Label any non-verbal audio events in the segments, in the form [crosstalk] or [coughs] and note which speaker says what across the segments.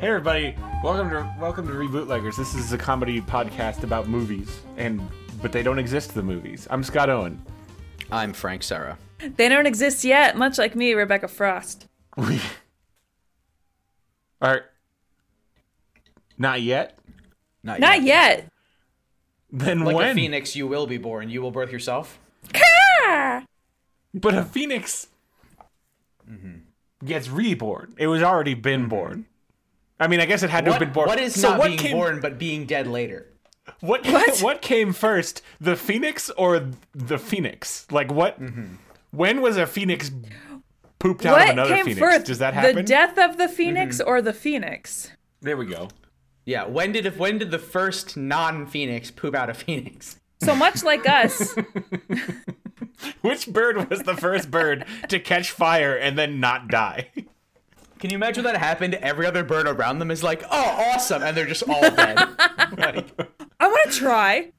Speaker 1: Hey everybody, welcome to welcome to Rebootleggers. This is a comedy podcast about movies, and but they don't exist. The movies. I'm Scott Owen. [laughs]
Speaker 2: I'm Frank Sarah.
Speaker 3: They don't exist yet, much like me, Rebecca Frost.
Speaker 1: We are not yet.
Speaker 3: Not yet.
Speaker 1: Then
Speaker 2: Like
Speaker 1: when?
Speaker 2: a phoenix, you will be born. You will birth yourself.
Speaker 3: Ah!
Speaker 1: But a phoenix
Speaker 2: Mm-hmm.
Speaker 1: gets reborn. It was already been born. I mean, I guess it had to have been born.
Speaker 2: what is
Speaker 1: so
Speaker 2: not
Speaker 1: what
Speaker 2: being
Speaker 1: came,
Speaker 2: born but being dead later?
Speaker 1: What, [laughs] what
Speaker 3: What?
Speaker 1: came first, the phoenix or the phoenix? Like what? When was a phoenix pooped out of
Speaker 3: What
Speaker 1: another
Speaker 3: came
Speaker 1: phoenix?
Speaker 3: first?
Speaker 1: Does that happen? Mm-hmm.
Speaker 3: The death of the phoenix or the phoenix?
Speaker 1: there we go.
Speaker 2: Yeah. When did if when did the first non-phoenix poop out a phoenix?
Speaker 3: So much like
Speaker 1: [laughs]
Speaker 3: us,
Speaker 1: [laughs] Which bird was the first bird to catch fire and then not die? [laughs]
Speaker 2: Can you imagine when that happened? Every other bird around them is like, "Oh, awesome!" and they're just
Speaker 3: [laughs]
Speaker 2: all dead. Like,
Speaker 3: I want to try.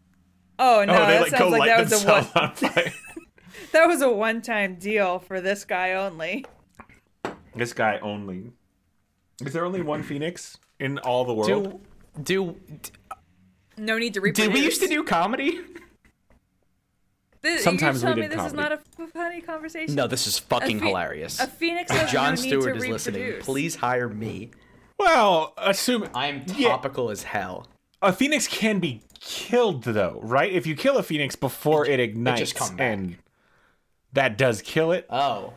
Speaker 3: Oh no,
Speaker 1: oh, they
Speaker 3: that
Speaker 1: like go
Speaker 3: sounds like
Speaker 1: light
Speaker 3: that was a one,
Speaker 1: themselves on
Speaker 3: [laughs]
Speaker 1: fire.
Speaker 3: that was a one-time deal for this guy only.
Speaker 1: this guy only. Is there only one phoenix in all the world?
Speaker 2: do do
Speaker 3: No need to
Speaker 2: did
Speaker 3: reproduce.
Speaker 2: we used to do comedy?
Speaker 3: This,
Speaker 1: Sometimes we
Speaker 3: you tell
Speaker 1: did
Speaker 3: me this is
Speaker 1: comedy.
Speaker 3: not a f- funny conversation.
Speaker 2: No, this is
Speaker 3: A
Speaker 2: fucking
Speaker 3: phe-
Speaker 2: hilarious.
Speaker 3: A phoenix has
Speaker 2: John
Speaker 3: no
Speaker 2: Stewart
Speaker 3: need
Speaker 2: is
Speaker 3: to
Speaker 2: listening.
Speaker 3: reproduce.
Speaker 2: Please hire me.
Speaker 1: Well, assume
Speaker 2: I'm
Speaker 1: Yeah.
Speaker 2: topical as hell.
Speaker 1: a phoenix can be killed though, right? If you kill a phoenix before it ignites
Speaker 2: come back.
Speaker 1: and that does kill it.
Speaker 2: Oh,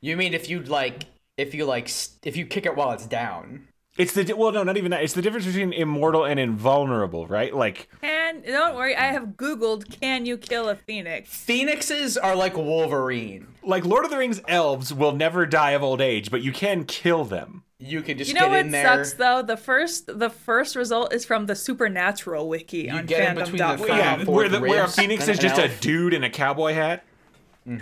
Speaker 2: you mean if you like, if you like, s- if you kick it while it's down?
Speaker 1: It's the di- well, no, not even that. It's the difference between immortal and invulnerable, right? Like
Speaker 3: Can don't worry, I have Googled. Can you kill a phoenix?
Speaker 2: Phoenixes are like Wolverine.
Speaker 1: like Lord of the Rings elves will never die of old age, but you can kill them.
Speaker 2: You can just
Speaker 3: You know
Speaker 2: get
Speaker 3: what
Speaker 2: in there.
Speaker 3: sucks though? The first the first result is from the supernatural wiki on
Speaker 2: get in between the
Speaker 3: fandom.com.
Speaker 2: Well, yeah,
Speaker 1: yeah, where, the, where a
Speaker 2: ribs
Speaker 1: phoenix
Speaker 2: and
Speaker 1: is
Speaker 2: an
Speaker 1: just a
Speaker 2: elf.
Speaker 1: dude in a cowboy hat.
Speaker 3: Oh,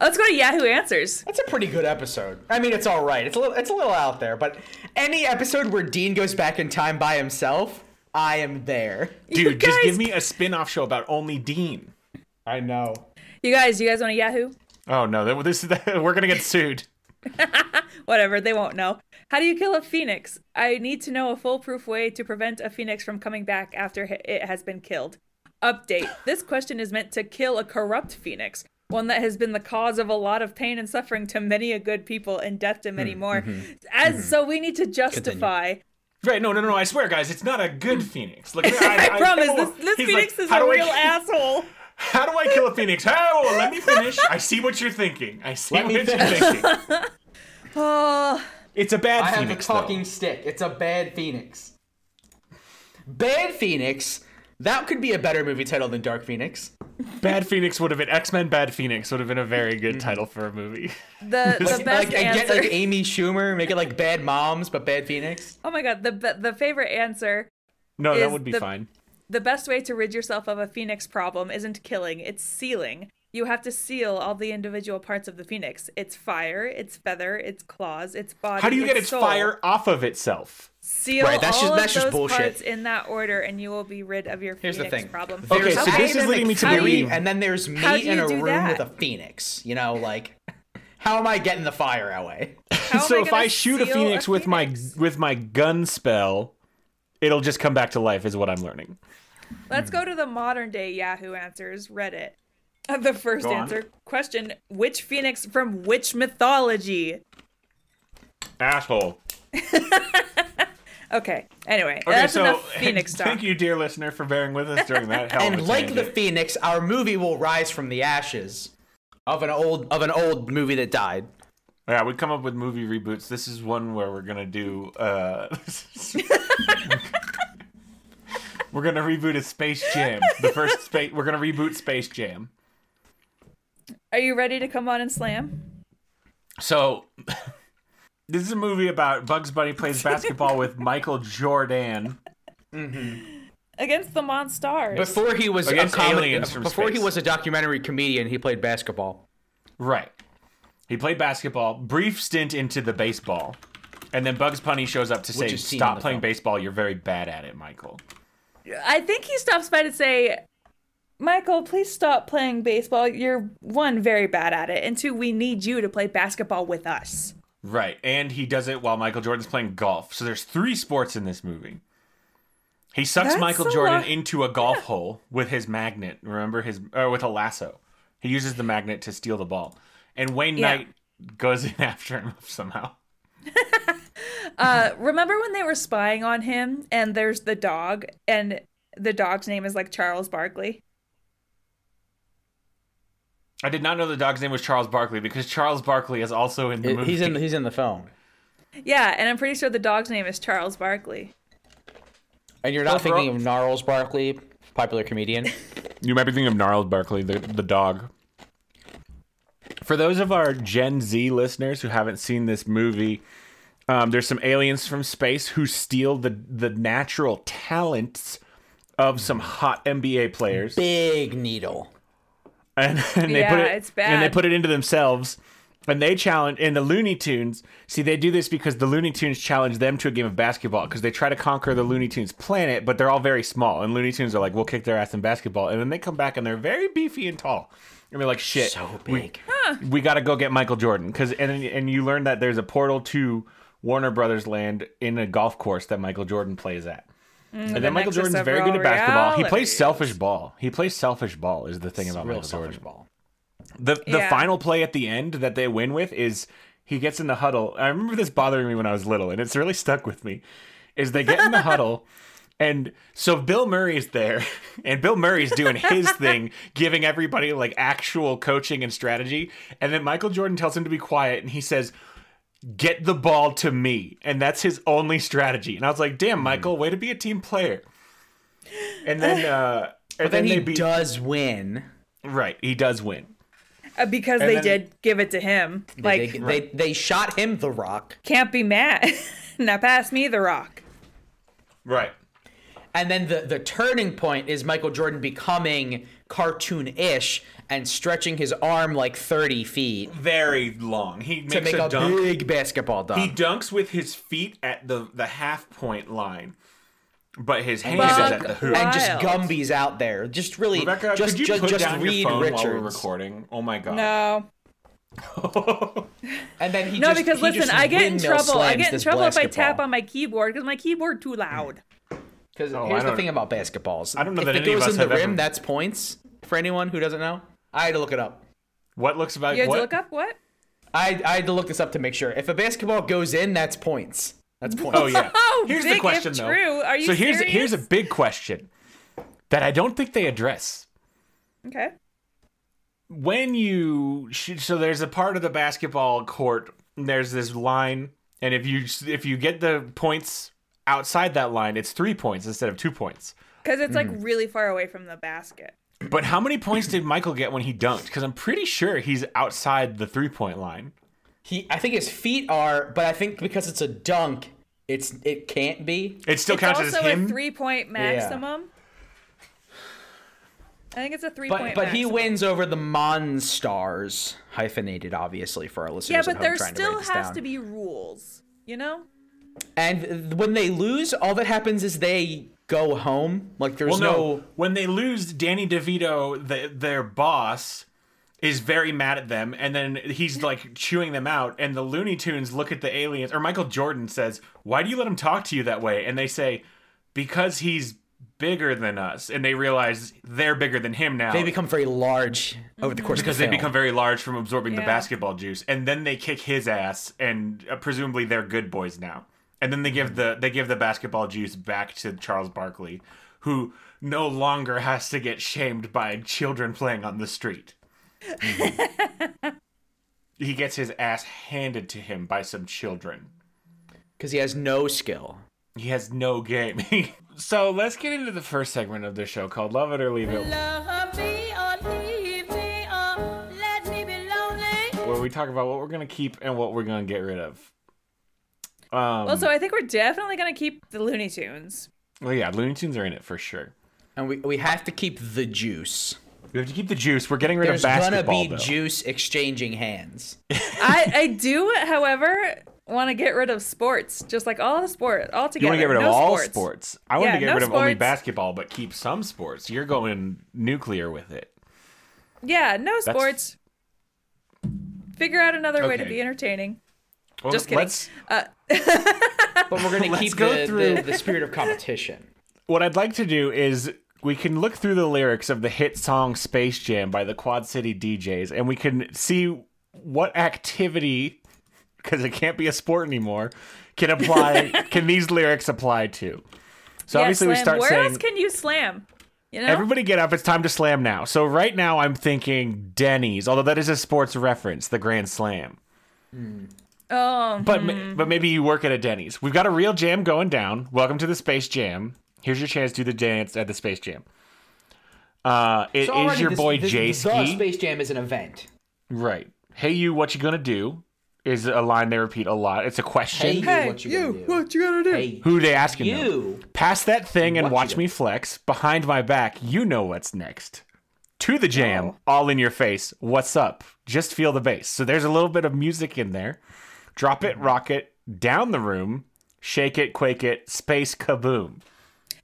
Speaker 3: Let's go to Yahoo Answers.
Speaker 2: That's a pretty good episode. I mean, it's all right. It's a little, it's a little out there, but any episode where Dean goes back in time by himself, I am there.
Speaker 1: Dude, just
Speaker 3: guys-
Speaker 1: give me a spin-off show about only Dean.
Speaker 2: I know.
Speaker 3: You guys, you guys want a Yahoo?
Speaker 1: Oh no, that, this [laughs] that, we're gonna get sued.
Speaker 3: Whatever, they won't know. How do you kill a phoenix? I need to know a foolproof way to prevent a phoenix from coming back after hi- it has been killed. Update. This question is meant to kill a corrupt phoenix, one that has been the cause of a lot of pain and suffering to many a good people and death to
Speaker 2: Hmm,
Speaker 3: many more.
Speaker 2: mm-hmm,
Speaker 3: As so we need to justify
Speaker 1: Right? No, no, no. I swear, guys, it's not a good phoenix. [laughs] Like, I,
Speaker 3: I, promise
Speaker 1: know-
Speaker 3: this, this
Speaker 1: he's
Speaker 3: phoenix
Speaker 1: like,
Speaker 3: is
Speaker 1: "How
Speaker 3: a
Speaker 1: do I-
Speaker 3: real asshole.
Speaker 1: [laughs] How do I kill a phoenix? Oh, let me finish. [laughs] I see what you're thinking. I see
Speaker 2: Let
Speaker 1: what
Speaker 2: me
Speaker 1: you're [laughs]
Speaker 2: finish.
Speaker 1: thinking.
Speaker 3: [laughs] Oh,
Speaker 1: It's a bad
Speaker 2: I have
Speaker 1: phoenix.
Speaker 2: a talking
Speaker 1: though.
Speaker 2: stick. It's a bad phoenix. Bad Phoenix. That could be a better movie title than Dark Phoenix.
Speaker 1: Bad Phoenix would have been X Men. Bad Phoenix would have been a very good
Speaker 3: Mm-hmm.
Speaker 1: title for a movie. [laughs]
Speaker 3: the the best
Speaker 2: like, I get
Speaker 3: answer.
Speaker 2: like Amy Schumer, make it like Bad Moms, but Bad Phoenix.
Speaker 3: oh my god, the be- the favorite answer.
Speaker 1: No, that
Speaker 3: Is
Speaker 1: would be
Speaker 3: the-
Speaker 1: fine.
Speaker 3: The best way to rid yourself of a phoenix problem isn't killing; it's sealing. You have to seal all the individual parts of the phoenix. Its fire, its feather, its claws, its body.
Speaker 1: How do you get its
Speaker 3: soul.
Speaker 1: fire off of itself?
Speaker 3: Seal
Speaker 2: Right, that's
Speaker 3: all
Speaker 2: just-
Speaker 3: of
Speaker 2: that's just
Speaker 3: those
Speaker 2: bullshit.
Speaker 3: parts in that order, and you will be rid of your
Speaker 2: Here's
Speaker 3: phoenix
Speaker 2: the thing.
Speaker 3: problem.
Speaker 1: Okay,
Speaker 2: There's
Speaker 1: so
Speaker 2: I
Speaker 1: this is
Speaker 2: am
Speaker 1: leading me to
Speaker 2: McFlurry,
Speaker 1: believe-
Speaker 2: And then there's me
Speaker 3: How do you
Speaker 2: in a
Speaker 3: do
Speaker 2: room
Speaker 3: that?
Speaker 2: with a phoenix. You know, like, how am I getting the fire away?
Speaker 3: How am
Speaker 1: so if
Speaker 3: gonna
Speaker 1: I shoot a
Speaker 3: Oh seal
Speaker 1: phoenix with my
Speaker 3: phoenix?
Speaker 1: with my gun spell, it'll just come back to life. Is what I'm learning.
Speaker 3: Let's
Speaker 1: Hmm.
Speaker 3: go to the modern day Yahoo Answers Reddit. [laughs] Uh, The first
Speaker 1: Go on.
Speaker 3: answer question Which phoenix from which mythology?
Speaker 1: Asshole.
Speaker 3: Okay, anyway,
Speaker 1: [laughs]
Speaker 3: that's enough phoenix talk.
Speaker 1: thank you, dear listener, for bearing with us during that.
Speaker 3: [laughs]
Speaker 1: hell of a
Speaker 2: and like the
Speaker 1: tangent.
Speaker 2: phoenix, our movie will rise from the ashes of an old of an old movie that died.
Speaker 1: Yeah, we come up with movie reboots. This is one where we're gonna do.
Speaker 3: [laughs]
Speaker 1: Uh, [laughs] we're gonna reboot a Space Jam. The first space. We're gonna reboot Space Jam.
Speaker 3: Are you ready to come on and slam?
Speaker 1: So, [laughs] this is a movie about Bugs Bunny plays basketball with Michael Jordan.
Speaker 3: Against the Monstars.
Speaker 2: Before he was a
Speaker 1: Against
Speaker 2: comedy,
Speaker 1: aliens from
Speaker 2: before he
Speaker 1: space.
Speaker 2: was a documentary comedian, he played basketball.
Speaker 1: Right. He played basketball. Brief stint into the baseball, and then Bugs Bunny shows up to say,
Speaker 2: is seen in
Speaker 1: "Stop
Speaker 2: the
Speaker 1: playing
Speaker 2: film.
Speaker 1: baseball. You're very bad at it, Michael."
Speaker 3: I think he stops by to say, Michael, please stop playing baseball. You're one, very bad at it, and two, we need you to play basketball with us.
Speaker 1: Right. And he does it while Michael Jordan's playing golf. So there's three sports in this movie. He sucks
Speaker 3: That's
Speaker 1: Michael
Speaker 3: a
Speaker 1: Jordan
Speaker 3: lot.
Speaker 1: into a golf hole with his magnet. Remember his or with a lasso. He uses the magnet to steal the ball. And Wayne
Speaker 3: Yeah.
Speaker 1: Knight goes in [laughs] after him somehow.
Speaker 3: Uh, remember when they were spying on him and there's the dog and the dog's name is like Charles Barkley?
Speaker 1: I did not know the dog's name was Charles Barkley because Charles Barkley is also in the movie.
Speaker 2: He's in. He's in the film.
Speaker 3: Yeah, and I'm pretty sure the dog's name is Charles Barkley.
Speaker 2: And you're not
Speaker 1: Overall-
Speaker 2: thinking of Gnarls Barkley, popular comedian.
Speaker 1: You might be thinking of Gnarled Barkley, the, the dog. For those of our Gen Z listeners who haven't seen this movie, um, there's some aliens from space who steal the, the natural talents of some hot NBA players,
Speaker 2: Big needle.
Speaker 1: and, [laughs] and they put
Speaker 3: Yeah,
Speaker 1: it
Speaker 3: it's bad.
Speaker 1: and they put it into themselves, and they challenge. And the Looney Tunes see they do this because the Looney Tunes challenge them to a game of basketball because they try to conquer the Looney Tunes planet, but they're all very small, and Looney Tunes are like, "We'll kick their ass in basketball," and then they come back and they're very beefy and tall, and they're like, "Shit,
Speaker 2: So
Speaker 1: we-
Speaker 2: big.
Speaker 1: we got to go get Michael Jordan because and and you learn that there's a portal to Warner Brothers land in a golf course that Michael Jordan plays at. and then Michael
Speaker 3: Mm, nexus
Speaker 1: Jordan's
Speaker 3: of
Speaker 1: very good at
Speaker 3: all
Speaker 1: basketball. He plays
Speaker 3: realities.
Speaker 1: selfish ball. He plays selfish ball is the thing about
Speaker 2: Real
Speaker 1: Michael
Speaker 2: selfish
Speaker 1: Jordan.
Speaker 2: ball.
Speaker 1: The the
Speaker 3: Yeah.
Speaker 1: final play at the end that they win with is he gets in the huddle. I remember this bothering me when I was little, and it's really stuck with me. Is they get in the huddle, and so Bill Murray's there, [laughs] and Bill Murray's doing his thing, giving everybody like actual coaching and strategy. And then Michael Jordan tells him to be quiet, and he says, "Get the ball to me," and that's his only strategy. And I was like, "Damn,
Speaker 2: Hmm.
Speaker 1: Michael, way to be a team player." And then, uh, and
Speaker 2: Then,
Speaker 1: they
Speaker 2: he
Speaker 1: beat.
Speaker 2: does win.
Speaker 1: right, he does win.
Speaker 3: Uh, because they
Speaker 1: then-
Speaker 3: did give it to him. Like,
Speaker 2: they, they they shot him the rock,
Speaker 3: can't be mad. [laughs] now pass me the rock.
Speaker 1: Right.
Speaker 2: and then the the turning point is Michael Jordan becoming cartoon-ish and stretching his arm like 30 feet
Speaker 1: very long. He makes
Speaker 2: to make
Speaker 1: a,
Speaker 2: a,
Speaker 1: dunk.
Speaker 2: big basketball dunk.
Speaker 1: He dunks with his feet at the the half point line, but his hand is
Speaker 3: Fuck
Speaker 1: at the hoop.
Speaker 2: and just
Speaker 3: Wild.
Speaker 2: Gumby's out there. Just really,
Speaker 1: Rebecca,
Speaker 2: just
Speaker 1: could you
Speaker 2: just,
Speaker 1: put
Speaker 2: just
Speaker 1: down
Speaker 2: read
Speaker 1: your phone while we're
Speaker 2: Richards.
Speaker 1: recording? Oh my god!
Speaker 3: No.
Speaker 2: and then he
Speaker 3: No,
Speaker 2: just,
Speaker 3: because
Speaker 2: he
Speaker 3: listen,
Speaker 2: just
Speaker 3: I get in
Speaker 2: windmill
Speaker 3: trouble. I
Speaker 2: slams
Speaker 3: get in
Speaker 2: this
Speaker 3: trouble if I
Speaker 2: basketball.
Speaker 3: tap on my keyboard because my keyboard too loud.
Speaker 2: Because
Speaker 1: I
Speaker 2: here's the
Speaker 1: don't-
Speaker 2: thing about basketballs.
Speaker 1: I don't know
Speaker 2: if
Speaker 1: that
Speaker 2: it
Speaker 1: any of
Speaker 2: goes
Speaker 1: us
Speaker 2: in the
Speaker 1: have
Speaker 2: rim,
Speaker 1: ever-
Speaker 2: that's points. For anyone who doesn't know, I had to look it up.
Speaker 1: [laughs] What looks about
Speaker 3: You had
Speaker 1: what?
Speaker 3: to look up what?
Speaker 2: I, I had to look this up to make sure. If a basketball goes in, that's points. That's points.
Speaker 1: Oh yeah.
Speaker 3: [laughs] Oh,
Speaker 1: here's
Speaker 3: big
Speaker 1: the
Speaker 3: if
Speaker 1: question though.
Speaker 3: true. Are you
Speaker 1: so here's
Speaker 3: serious?
Speaker 1: here's a big question that I don't think they address.
Speaker 3: Okay.
Speaker 1: when you shoot, so there's a part of the basketball court. and There's this line, and if you if you get the points outside that line, it's three points instead of two points.
Speaker 3: Because it's
Speaker 2: Hmm.
Speaker 3: like really far away from the basket.
Speaker 1: But how many points did Michael get when he dunked? Because I'm pretty sure he's outside the three point line.
Speaker 2: He, I think his feet are, but I think because it's a dunk, it's it can't be.
Speaker 1: It still
Speaker 3: It's
Speaker 1: counts
Speaker 3: also
Speaker 1: as him.
Speaker 3: a three point maximum. I think it's a three
Speaker 2: But
Speaker 3: point
Speaker 2: but he
Speaker 3: maximum.
Speaker 2: wins over the Monstars, hyphenated obviously for our listeners.
Speaker 3: Yeah,
Speaker 2: at
Speaker 3: but
Speaker 2: home
Speaker 3: there
Speaker 2: trying to
Speaker 3: still
Speaker 2: write this
Speaker 3: has
Speaker 2: down.
Speaker 3: to be rules, you know?
Speaker 2: And when they lose, all that happens is they go home. Like there's
Speaker 1: well, no.
Speaker 2: no
Speaker 1: When they lose, Danny DeVito, the, their boss, is very mad at them, and then he's like chewing them out. And the Looney Tunes look at the aliens, or Michael Jordan says, "Why do you let him talk to you that way?" And they say, "Because he's bigger than us." And they realize they're bigger than him now.
Speaker 2: they become very large over the
Speaker 3: Mm-hmm.
Speaker 2: course
Speaker 1: because
Speaker 2: of the
Speaker 1: they
Speaker 2: film.
Speaker 1: become very large from absorbing the
Speaker 3: Yeah.
Speaker 1: basketball juice, and then they kick his ass, and uh, presumably they're good boys now. And then they give the they give the basketball juice back to Charles Barkley, who no longer has to get shamed by children playing on the street. he gets his ass handed to him by some children.
Speaker 2: because he has no skill.
Speaker 1: He has no game. [laughs] so let's get into the first segment of the show called "Love It or Leave It,"
Speaker 4: Love me or leave me or let me be lonely.
Speaker 1: where we talk about what we're gonna keep and what we're gonna get rid of. Um,
Speaker 3: Also, I think we're definitely going to keep the Looney Tunes.
Speaker 1: Well, yeah, Looney Tunes are in it for sure.
Speaker 2: And we, we have to keep the juice.
Speaker 1: We have to keep the juice. We're getting rid
Speaker 2: There's
Speaker 1: of
Speaker 2: gonna
Speaker 1: basketball.
Speaker 2: be
Speaker 1: though.
Speaker 2: juice exchanging hands.
Speaker 3: I, I do, however, want to get rid of sports, just like all the sport
Speaker 1: you
Speaker 3: altogether.
Speaker 1: want to get rid of
Speaker 3: No
Speaker 1: all
Speaker 3: sports.
Speaker 1: sports. I want
Speaker 3: Yeah,
Speaker 1: to get
Speaker 3: no
Speaker 1: rid of only
Speaker 3: sports.
Speaker 1: basketball, but keep some sports. You're going nuclear with it.
Speaker 3: Yeah, no sports. Figure out another way to
Speaker 1: Okay.
Speaker 3: be entertaining.
Speaker 1: Well,
Speaker 3: Just kidding.
Speaker 1: let's-
Speaker 2: But we're [laughs] going to
Speaker 1: Let's
Speaker 2: keep
Speaker 1: go
Speaker 2: the,
Speaker 1: through-
Speaker 2: the, the spirit of competition.
Speaker 1: what I'd like to do is we can look through the lyrics of the hit song Space Jam by the Quad City DJs and we can see what activity because it can't be a sport anymore can
Speaker 3: [laughs]
Speaker 1: apply can these lyrics apply to. So
Speaker 3: Yeah,
Speaker 1: obviously we
Speaker 3: slam.
Speaker 1: start
Speaker 3: Where
Speaker 1: saying
Speaker 3: else can you slam? You know?
Speaker 1: Everybody get up. It's time to slam now. So right now I'm thinking Denny's, although that is a sports reference, the Grand Slam.
Speaker 3: oh,
Speaker 1: But
Speaker 2: Mm-hmm.
Speaker 1: ma- but maybe you work at a Denny's. We've got a real jam going down. Welcome to the Space Jam. Here's your chance to do the dance at the Space Jam. Uh, it [laughs] is
Speaker 2: So already
Speaker 1: your
Speaker 2: this-
Speaker 1: boy
Speaker 2: this-
Speaker 1: Jay
Speaker 2: The
Speaker 1: Ski.
Speaker 2: Space Jam is an event.
Speaker 1: right. Hey you, what you gonna do? Is a line they repeat a lot. It's a question.
Speaker 2: Hey, Hey, what you gonna you, do? what
Speaker 3: you gonna do?
Speaker 2: Hey,
Speaker 1: Who they asking? them?
Speaker 2: you.
Speaker 1: Pass that thing and
Speaker 2: What
Speaker 1: watch
Speaker 2: you-
Speaker 1: me flex. Behind my back, you know what's next. To the jam,
Speaker 2: Oh.
Speaker 1: all in your face. What's up? Just feel the bass. So there's a little bit of music in there. Drop it,
Speaker 2: Mm-hmm.
Speaker 1: rock it, down the room, shake it, quake it, space kaboom.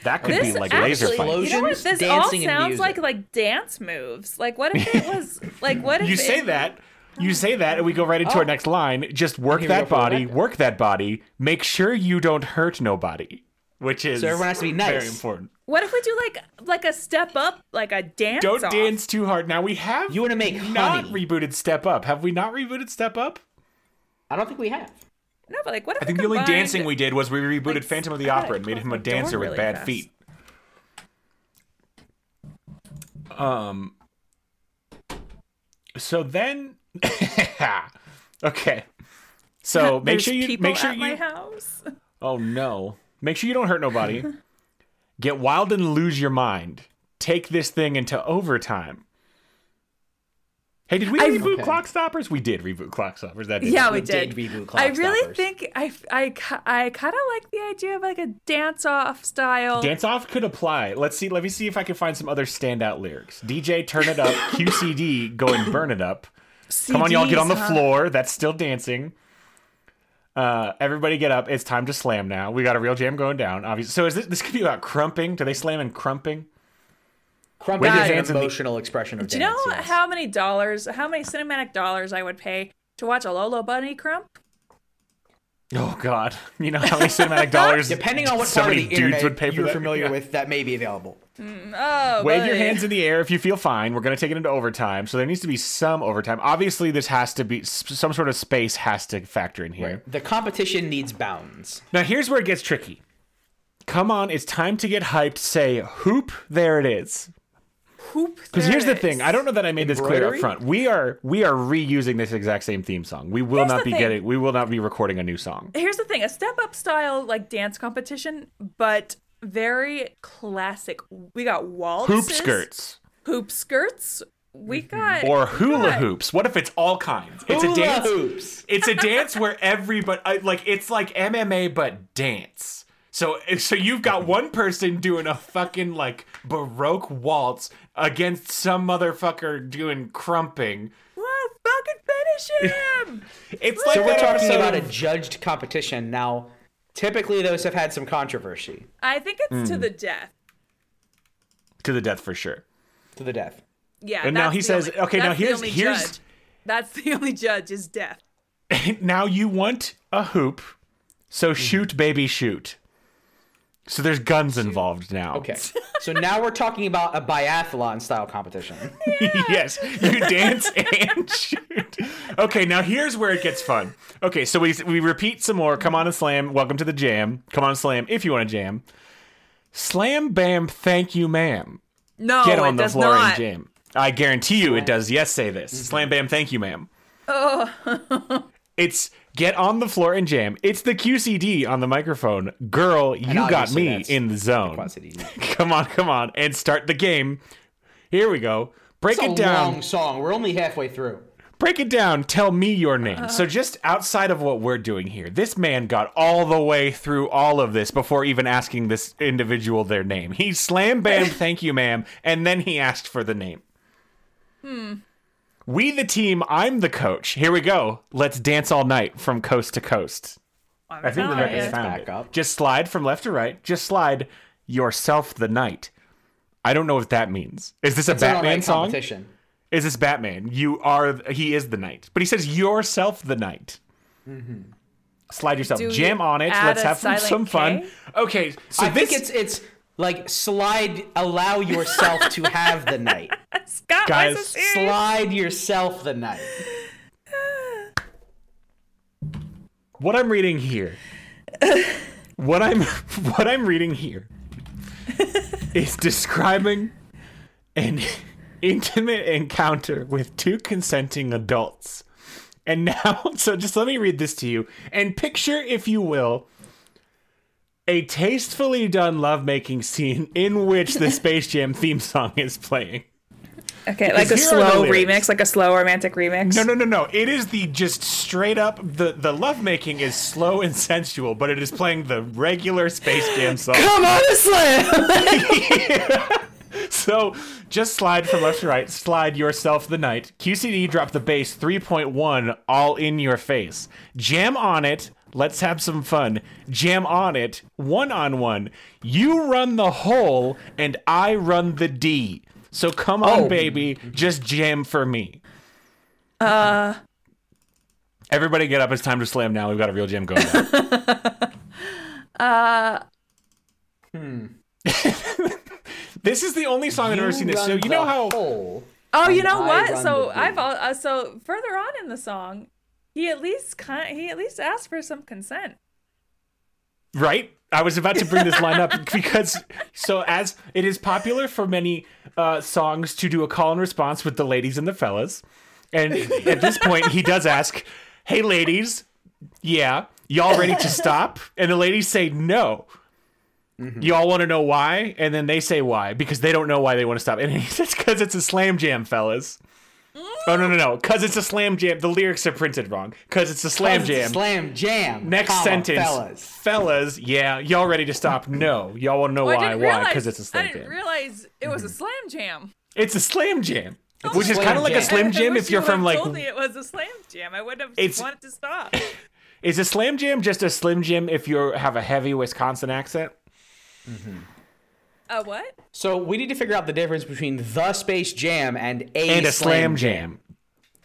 Speaker 1: That could
Speaker 3: This
Speaker 1: be like
Speaker 3: actually,
Speaker 1: laser fight.
Speaker 3: you know what?
Speaker 2: Explosions,
Speaker 3: This all
Speaker 2: dancing, and
Speaker 3: sounds like
Speaker 2: music.
Speaker 3: like dance moves. Like what
Speaker 1: [laughs]
Speaker 3: if it was like what if
Speaker 1: You
Speaker 3: it,
Speaker 1: say that, you say that, and we go right into
Speaker 2: Oh.
Speaker 1: our next line. Just work
Speaker 2: Here we go
Speaker 1: that
Speaker 2: for the
Speaker 1: body,
Speaker 2: record.
Speaker 1: work that body. Make sure you don't hurt nobody, which is
Speaker 2: So everyone has to be
Speaker 1: very
Speaker 2: nice.
Speaker 1: important.
Speaker 3: What if we do like like a step up, like a dance?
Speaker 1: Don't
Speaker 3: off?
Speaker 1: dance too hard. Now we have
Speaker 2: You wanna make
Speaker 1: not
Speaker 2: honey.
Speaker 1: rebooted Step Up. Have we not rebooted Step Up?
Speaker 2: I don't think we have.
Speaker 3: No, but like what if
Speaker 1: I think
Speaker 3: we
Speaker 1: the only
Speaker 3: combined-
Speaker 1: dancing we did was we rebooted
Speaker 3: Like,
Speaker 1: Phantom of the
Speaker 3: I gotta
Speaker 1: Opera and made
Speaker 3: close
Speaker 1: him
Speaker 3: my
Speaker 1: a
Speaker 3: door
Speaker 1: dancer with
Speaker 3: really
Speaker 1: bad
Speaker 3: fast.
Speaker 1: feet. Um. So then, [laughs] okay.
Speaker 3: [laughs]
Speaker 1: So make
Speaker 3: There's
Speaker 1: sure you
Speaker 3: people
Speaker 1: make sure
Speaker 3: at
Speaker 1: you
Speaker 3: my house.
Speaker 1: Oh no. Make sure you don't hurt
Speaker 3: [laughs]
Speaker 1: nobody. Get wild and lose your mind. Take this thing into overtime. Hey, did we
Speaker 3: I-
Speaker 1: reboot
Speaker 2: Okay.
Speaker 1: Clock Stoppers? We did reboot Clock Stoppers. That did
Speaker 3: Yeah,
Speaker 1: it.
Speaker 3: we,
Speaker 2: We did reboot Clock
Speaker 3: I really
Speaker 2: Stoppers.
Speaker 3: think I I, ki- I kind of like the idea of like a dance off
Speaker 1: [laughs]
Speaker 3: style.
Speaker 1: Dance off could apply. Let's see. Let me see if I can find some other standout lyrics. DJ, turn it
Speaker 3: [laughs]
Speaker 1: up. QCD, go and burn it up. Come on, y'all, get on the
Speaker 3: CDs, huh?
Speaker 1: floor. That's still dancing. Uh, everybody get up. It's time to slam now. We got a real jam going down. Obviously, so is this? This could be about crumping. Do they slam and crumping?
Speaker 2: Crump
Speaker 1: Wave
Speaker 2: is
Speaker 1: your
Speaker 2: an
Speaker 1: hands in the-
Speaker 2: emotional expression of
Speaker 3: Do you
Speaker 2: dance.
Speaker 3: know
Speaker 2: yes.
Speaker 3: how many dollars, how many cinematic dollars I would pay to watch a Lolo Bunny crump?
Speaker 1: Oh God! You know how many
Speaker 2: [laughs]
Speaker 1: cinematic dollars?
Speaker 2: Depending on what
Speaker 1: so
Speaker 2: part of
Speaker 1: many
Speaker 2: the
Speaker 1: dudes
Speaker 2: internet
Speaker 1: would pay for
Speaker 2: you're
Speaker 1: that?
Speaker 2: familiar
Speaker 1: Yeah.
Speaker 2: with, that may be available.
Speaker 3: Oh,
Speaker 1: Wave
Speaker 3: buddy.
Speaker 1: your hands in the air if you feel fine. We're gonna take it into overtime, so there needs to be some overtime. Obviously, this has to be s- some sort of space has to factor in here.
Speaker 2: The competition needs bounds.
Speaker 1: Now here's where it gets tricky. Come on, it's time to get hyped. Say hoop. There it is.
Speaker 3: Hoop.
Speaker 1: Because
Speaker 3: there
Speaker 1: here's the
Speaker 3: it
Speaker 1: thing.
Speaker 3: is.
Speaker 1: I don't know that I made this clear up
Speaker 2: Embroidery?
Speaker 1: front. We are we are reusing this exact same theme song. We will
Speaker 3: Here's
Speaker 1: not
Speaker 3: the
Speaker 1: be
Speaker 3: thing.
Speaker 1: getting. We will not be recording a new song.
Speaker 3: Here's the thing. A step up style like dance competition, but very classic. We got waltzes,
Speaker 1: Hoop skirts.
Speaker 3: hoop skirts. We got
Speaker 1: Mm-hmm. or hula
Speaker 3: God.
Speaker 1: hoops. What if it's all kinds? It's a
Speaker 2: Hula
Speaker 1: dance.
Speaker 2: uh, hoops.
Speaker 1: It's a dance where everybody I- like it's like MMA but dance. So so you've got one person doing a fucking like baroque waltz against some motherfucker doing crumping.
Speaker 3: Whoa,
Speaker 1: [laughs]
Speaker 3: fucking finish him.
Speaker 1: It's like
Speaker 2: So we're
Speaker 1: that
Speaker 2: talking
Speaker 1: episode
Speaker 2: about a
Speaker 1: of-
Speaker 2: judged competition now. Typically, those have had some controversy
Speaker 3: I think it's
Speaker 1: Mm.
Speaker 3: to the death.
Speaker 1: to the death for sure.
Speaker 2: to the death.
Speaker 3: Yeah.
Speaker 1: And now
Speaker 3: that's
Speaker 1: he
Speaker 3: the
Speaker 1: says,
Speaker 3: only-
Speaker 1: okay, now
Speaker 3: that's the
Speaker 1: here's-
Speaker 3: only
Speaker 1: here's-
Speaker 3: judge. That's the [laughs] only judge is death.
Speaker 1: [laughs] now you want a hoop, so
Speaker 2: Mm-hmm.
Speaker 1: shoot, baby, shoot. So there's guns involved now.
Speaker 3: [laughs]
Speaker 2: Okay, so now we're talking about a biathlon style competition.
Speaker 1: [laughs] yes, you dance and shoot. Okay, now here's where it gets fun. Okay, so we we repeat some more. Come on and slam. Welcome to the jam. Come on and slam if you want to jam. Slam, bam, thank you, ma'am.
Speaker 3: No,
Speaker 1: Get
Speaker 3: Oh, it
Speaker 1: on the
Speaker 3: does
Speaker 1: floor
Speaker 3: not.
Speaker 1: and jam. I guarantee you, it does. Yes, say this. Slam, bam, thank you, ma'am. It's get on the floor and jam. It's the QCD on the microphone. Girl, you got
Speaker 2: obviously
Speaker 1: me
Speaker 2: that's
Speaker 1: in the zone.
Speaker 2: Quad City.
Speaker 1: [laughs]
Speaker 2: It's
Speaker 1: Come on, come on, and start the game. Here we go. Break
Speaker 2: a
Speaker 1: it down.
Speaker 2: long song. We're only halfway through.
Speaker 1: Break it down. Tell me your name. so just outside of what we're doing here, this man got all the way through all of this before even asking this individual their name. He slam
Speaker 2: [laughs]
Speaker 1: bam, thank you, ma'am, and then he asked for the name. Hmm. We the team. I'm the coach. Here we go. Let's dance all night from coast to coast.
Speaker 3: I'm
Speaker 1: I think
Speaker 3: telling
Speaker 1: Rebecca's
Speaker 3: you.
Speaker 1: found
Speaker 2: Back
Speaker 1: it.
Speaker 2: up.
Speaker 1: Just slide from left to right. Just slide yourself the night. I don't know what that means. Is this a
Speaker 2: It's an
Speaker 1: Batman
Speaker 2: all-night
Speaker 1: song?
Speaker 2: competition.
Speaker 1: is
Speaker 2: Mm-hmm.
Speaker 1: this Batman? You are he is the knight, but he says yourself the knight. Slide yourself.
Speaker 3: Do we
Speaker 1: Jam on it.
Speaker 3: add
Speaker 1: Let's
Speaker 3: a
Speaker 1: have some,
Speaker 3: silent
Speaker 1: some fun.
Speaker 3: K?
Speaker 1: Okay, so
Speaker 2: I
Speaker 1: this
Speaker 2: think it's it's like slide. Allow yourself to have the night.
Speaker 3: Scott, why is
Speaker 1: Guys,
Speaker 3: it serious?
Speaker 2: Slide yourself the night.
Speaker 1: what I'm reading here. what I'm what I'm reading here is describing an intimate encounter with two consenting adults. And now, [laughs] so just let me read this to you and picture, if you will, a tastefully done lovemaking scene in which the Space Jam theme song is playing.
Speaker 3: Okay, like a
Speaker 1: Because here are the
Speaker 3: slow
Speaker 1: lyrics.
Speaker 3: remix, like a slow romantic remix.
Speaker 1: No, no, no, no. It is the just straight up the the lovemaking is slow and sensual, but it is playing the regular Space Jam song.
Speaker 2: Come on, a slam.
Speaker 1: So just slide from left to right. Slide yourself the night. QCD drop the bass 3.1 all in your face. Jam on it. Let's have some fun. Jam on it. One on one. You run the hole and I run the D. So come on,
Speaker 2: Oh.
Speaker 1: baby. Just jam for me. Uh. Everybody get up. It's time to slam now. We've got a real jam going. on. [laughs] this is the only song I've ever seen this. So you know how.
Speaker 2: Hole.
Speaker 3: Oh, you know
Speaker 2: I
Speaker 3: what?
Speaker 2: run
Speaker 3: So
Speaker 2: the
Speaker 3: I've al- uh, so further on in the song, he at least con- he at least asked for some consent.
Speaker 1: Right? I was about to bring this line up [laughs] because, so as it is popular for many uh, songs to do a call and response with the ladies and the fellas. And at this point, he does ask, Hey, ladies, yeah, y'all ready to stop? And the ladies say no. Y'all want to know why? And then they say why because they don't know why they want to stop. And [laughs] he says, Because it's a slam jam, fellas. Oh, no, no, no. Because it's a slam jam. The lyrics are printed wrong. Because it's a slam jam.
Speaker 2: Slam jam.
Speaker 1: Next
Speaker 2: comma,
Speaker 1: sentence,
Speaker 2: fellas.
Speaker 1: fellas. Yeah, y'all ready to stop?
Speaker 2: [laughs]
Speaker 1: No, y'all want to know
Speaker 3: Well,
Speaker 1: Oh, why?
Speaker 3: I didn't
Speaker 1: Why?
Speaker 3: realize-
Speaker 1: Because it's a
Speaker 3: I
Speaker 1: slam
Speaker 3: didn't
Speaker 1: jam. Mm-hmm.
Speaker 3: realize it was a slam jam.
Speaker 1: it's a slam jam, which is
Speaker 2: Slam
Speaker 1: kind of like a
Speaker 2: jam.
Speaker 3: I-
Speaker 1: slam
Speaker 3: I
Speaker 1: jam
Speaker 3: wish
Speaker 1: if
Speaker 3: you
Speaker 1: you're from like.
Speaker 3: would've Told me it was a slam jam. I would have
Speaker 1: It's-
Speaker 3: wanted to stop.
Speaker 1: Is a slam jam just a slim jim if you have a heavy Wisconsin accent?
Speaker 3: A what?
Speaker 2: So we need to figure out the difference between the Space Jam and a,
Speaker 1: And a slam jam.